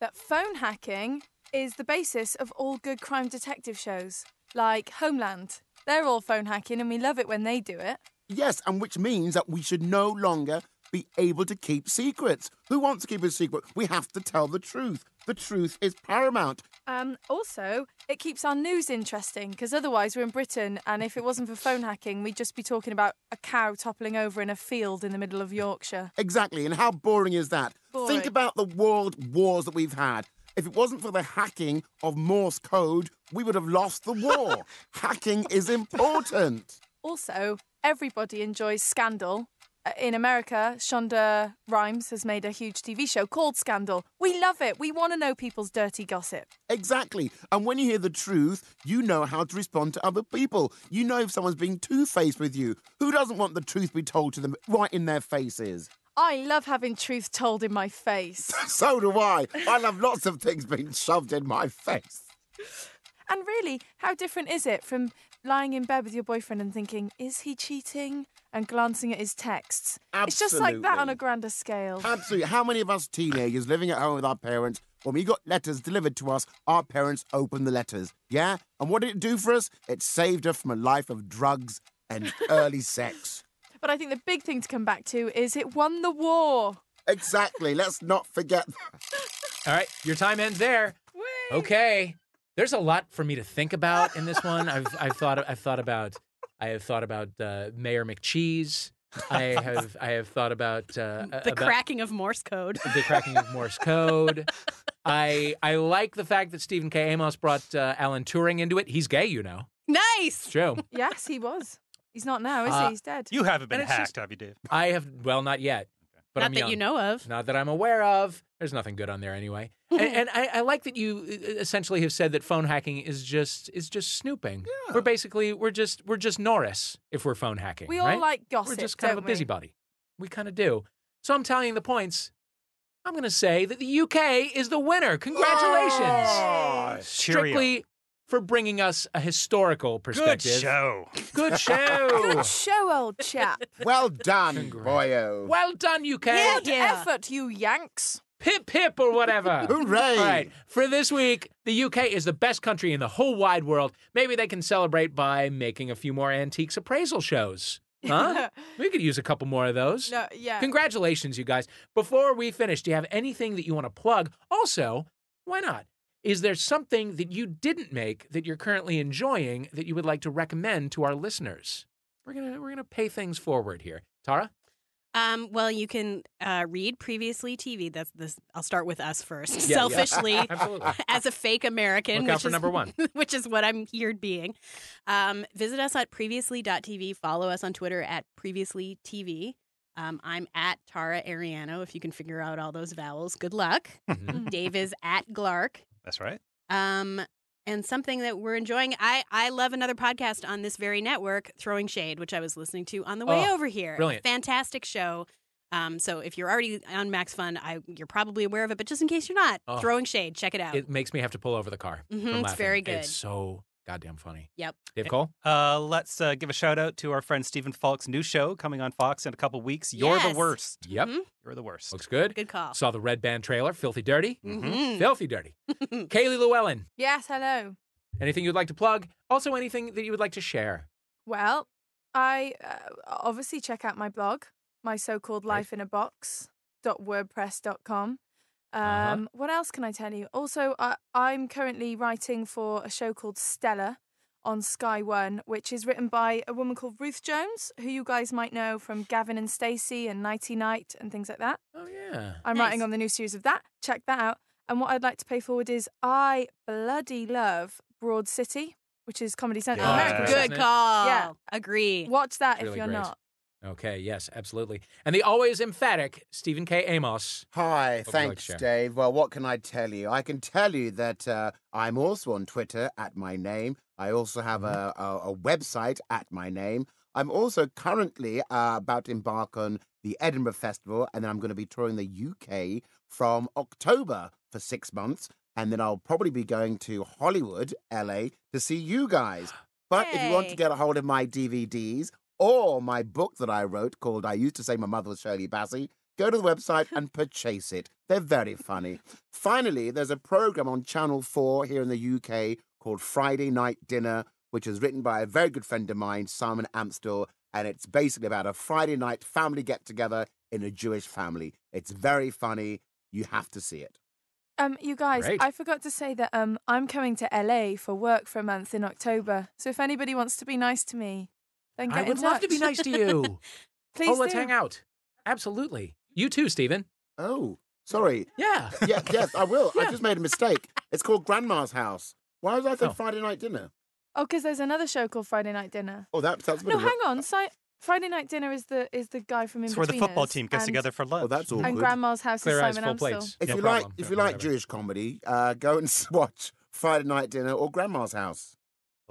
Speaker 2: That phone hacking is the basis of all good crime detective shows, like Homeland. They're all phone hacking, and we love it when they do it.
Speaker 3: Yes, and which means that we should no longer be able to keep secrets. Who wants to keep a secret? We have to tell the truth. The truth is paramount.
Speaker 2: Um, also, it keeps our news interesting because otherwise we're in Britain, and if it wasn't for phone hacking, we'd just be talking about a cow toppling over in a field in the middle of Yorkshire.
Speaker 3: Exactly. And how boring is that? Think
Speaker 2: Boring.
Speaker 3: about the world wars that we've had. If it wasn't for the hacking of Morse code, we would have lost the war. hacking is important.
Speaker 2: Also, everybody enjoys Scandal. Uh, In America, Shonda Rhimes has made a huge TV show called Scandal. We love it. We want to know people's dirty gossip.
Speaker 3: Exactly. And when you hear the truth, you know how to respond to other people. You know if someone's being two faced with you. Who doesn't want the truth be told to them right in their faces?
Speaker 2: I love having truth told in my face.
Speaker 3: So do I. I love lots of things being shoved in my face.
Speaker 2: And really, how different is it from lying in bed with your boyfriend and thinking, is he cheating? And glancing at his texts. It's just like that on
Speaker 3: Absolutely.
Speaker 2: a grander scale.
Speaker 3: Absolutely. How many of us teenagers living at home with our parents, when we got letters delivered to us, our parents opened the letters? Yeah? And what did it do for us? It saved us from a life of drugs and early sex.
Speaker 2: But I think the big thing to come back to is it won the war.
Speaker 3: Exactly. Let's not forget.
Speaker 1: All right, your time ends there. Okay. There's a lot for me to think about in this one. I've I've thought I've thought about I have thought about uh, Mayor McCheese. I have I have thought about uh,
Speaker 5: the
Speaker 1: about
Speaker 5: cracking of Morse code.
Speaker 1: the cracking of Morse code. I I like the fact that Stephen K. Amos brought uh, Alan Turing into it. He's gay, you know.
Speaker 5: Nice.
Speaker 1: True.
Speaker 2: Yes, he was. He's not now, is
Speaker 1: Uh,
Speaker 2: he? He's dead.
Speaker 4: You haven't been
Speaker 1: And it's
Speaker 4: hacked,
Speaker 1: just-
Speaker 4: have you, Dave?
Speaker 1: I have well, not yet. But
Speaker 5: Not
Speaker 1: I'm
Speaker 5: that
Speaker 1: young.
Speaker 5: you know of.
Speaker 1: Not that I'm aware of. There's nothing good on there anyway. and and I, I like that you uh, essentially have said that phone hacking is just is just snooping. We're basically we're just we're just Norris if we're phone hacking.
Speaker 2: We all
Speaker 1: right?
Speaker 2: like gossip,
Speaker 1: We're just kind of
Speaker 2: don't
Speaker 1: a
Speaker 2: we?
Speaker 1: busybody. We kind of do. So I'm tallying the points. I'm going to say that the UK is the winner. Congratulations. Oh. Strictly for bringing us a historical perspective.
Speaker 4: show.
Speaker 1: Good show.
Speaker 2: Good show, old chap.
Speaker 3: Well done, boyo.
Speaker 1: Well done, UK.
Speaker 2: Good effort, you Yanks.
Speaker 1: Pip pip or whatever.
Speaker 3: Hooray.
Speaker 1: All right. For this week, the UK is the best country in the whole wide world. Maybe they can celebrate by making a few more antiques appraisal shows. Huh? we could use a couple more of those.
Speaker 2: No, yeah.
Speaker 1: Congratulations, you guys. Before we finish, do you have anything that you want to plug? Also, why not? Is there something that you didn't make that you're currently enjoying that you would like to recommend to our listeners? We're gonna we're gonna pay things forward here. Tara?
Speaker 5: Um, well, you can uh, read previously TV. That's this. I'll start with us first.
Speaker 1: Yeah, yeah.
Speaker 5: Selfishly,
Speaker 1: Absolutely.
Speaker 5: as a fake American,
Speaker 1: Look out
Speaker 5: which
Speaker 1: for
Speaker 5: is,
Speaker 1: number one.
Speaker 5: which is what I'm here being. Um, visit us at previously.tv. Follow us on Twitter at previouslytv. Um, I'm at Tara Ariano. If you can figure out all those vowels, good luck.
Speaker 1: Mm-hmm.
Speaker 5: Dave is at Glark.
Speaker 4: That's right.
Speaker 5: Um, and something that we're enjoying. I I love another podcast on this very network, Throwing Shade, which I was listening to on the way
Speaker 1: Oh,
Speaker 5: over here.
Speaker 1: brilliant.
Speaker 5: fantastic show. Um, so if you're already on Max Fun, I you're probably aware of it, but just in case you're not,
Speaker 1: Oh.
Speaker 5: Throwing Shade, check it out.
Speaker 1: It makes me have to pull over the car.
Speaker 5: Mhm,
Speaker 1: from
Speaker 5: it's
Speaker 2: Mm-hmm,
Speaker 1: laughing.
Speaker 5: very good.
Speaker 1: It's so goddamn funny.
Speaker 5: yep.
Speaker 1: Dave Cole?
Speaker 4: Uh, let's uh, give a shout out to our friend Stephen Falk's new show coming on Fox in a couple weeks. You're
Speaker 5: Yes.
Speaker 4: the worst.
Speaker 1: Yep.
Speaker 2: Mm-hmm.
Speaker 4: You're the worst.
Speaker 1: Looks good.
Speaker 5: Good call.
Speaker 1: Saw the
Speaker 4: Mm-hmm.
Speaker 2: Mm-hmm.
Speaker 1: red band trailer, Filthy Dirty.
Speaker 5: Mhm.
Speaker 1: Filthy Dirty. Kaylee Llewellyn,
Speaker 2: Yes, hello.
Speaker 1: Anything you'd like to plug? Also, anything that you would like to share?
Speaker 2: Well, I uh, obviously check out my blog, my so-called life in a box dot wordpress.com. Um,
Speaker 19: Uh-huh.
Speaker 2: What else can I tell you? Also, I, I'm currently writing for a show called Stella on Sky One, which is written by a woman called Ruth Jones, who you guys might know from Gavin and Stacey and Nighty Night and things like that.
Speaker 1: Oh yeah.
Speaker 2: I'm writing on the new series of that. Check that out. And what I'd like to pay forward is I bloody love Broad City, which is Comedy Central.
Speaker 1: Yeah, Oh, that's
Speaker 2: America.
Speaker 1: good isn't it? call.
Speaker 2: Yeah, agree. Watch that
Speaker 1: It's
Speaker 2: if
Speaker 1: really
Speaker 2: you're
Speaker 1: great.
Speaker 2: not.
Speaker 1: Okay, yes, absolutely. And the always emphatic Stephen K. Amos.
Speaker 3: Hi,
Speaker 1: Hope you'd like to
Speaker 3: thanks,
Speaker 1: share.
Speaker 3: Dave. Well, what can I tell you? I can tell you that uh, I'm also on Twitter at my name. I also have a, a, a website at my name. I'm also currently uh, about to embark on the Edinburgh Festival, and then I'm going to be touring the UK from October for six months, and then I'll probably be going to Hollywood, LA, to see you guys. But if you want to
Speaker 22: Yay.
Speaker 3: get a hold of my DVDs or my book that I wrote called I Used to Say My Mother Was Shirley Bassey, go to the website and purchase it. They're very funny. Finally, there's a program on Channel 4 here in the UK called Friday Night Dinner, which is written by a very good friend of mine, Simon Amstel, and it's basically about a Friday night family get together in a Jewish family. It's very funny. You have to see it.
Speaker 2: Um, you guys,
Speaker 3: Great.
Speaker 2: I forgot to say that um, I'm coming to LA for work for a month in October. So if anybody wants to be nice to me, then get
Speaker 1: I
Speaker 2: in
Speaker 1: would love to be
Speaker 2: touch.
Speaker 1: nice to you.
Speaker 2: Please
Speaker 1: Oh, let's
Speaker 2: do.
Speaker 1: hang out. Absolutely. You too, Stephen.
Speaker 3: Oh, sorry.
Speaker 1: Yeah.
Speaker 3: yeah yes, I will. I just made a mistake. It's called Grandma's House. Why was I think Friday Night Dinner?
Speaker 2: Oh, because there's another show called Friday Night Dinner.
Speaker 3: Oh, that sounds a bit
Speaker 2: No,
Speaker 3: of a-
Speaker 2: hang on. Si- Friday Night Dinner is the is the guy from.
Speaker 4: It's where the football team gets
Speaker 2: Inbetweeners,
Speaker 4: together for
Speaker 23: Oh,
Speaker 4: lunch.
Speaker 3: Well, that's all.
Speaker 2: And Grandma's house is Simon Amstel.
Speaker 3: If you like, if you like Jewish comedy, uh, go and watch Friday Night Dinner or Grandma's House.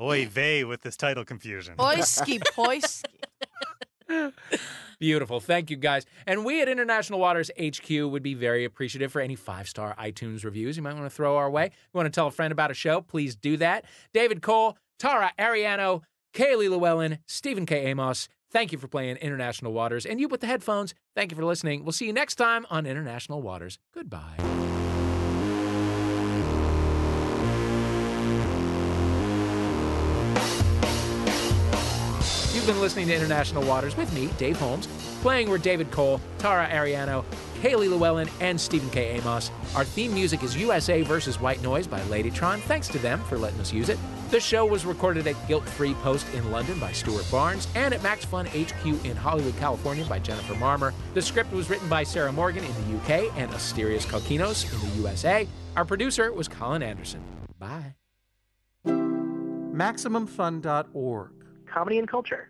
Speaker 4: Oy vey with this title confusion.
Speaker 2: Boyski, boyski.
Speaker 1: Beautiful. Thank you, guys. And we at International Waters HQ would be very appreciative for any five star iTunes reviews you might want to throw our way. If you want to tell a friend about a show, please do that. David Cole, Tara Ariano, Kaylee Llewellyn, Stephen K. Amos, thank you for playing International Waters. And you with the headphones, thank you for listening. We'll see you next time on International Waters. Goodbye. You've been listening to International Waters with me, Dave Holmes. Playing were David Cole, Tara Ariano, Kaylee Llewellyn, and Stephen K. Amos. Our theme music is USA versus White Noise by Ladytron. Thanks to them for letting us use it. The show was recorded at Guilt Free Post in London by Stuart Barnes and at Max Fun HQ in Hollywood, California by Jennifer Marmer. The script was written by Sarah Morgan in the UK and Asterios Kokinos in the USA. Our producer was Colin Anderson. Bye.
Speaker 23: MaximumFun.org.
Speaker 24: Comedy and culture.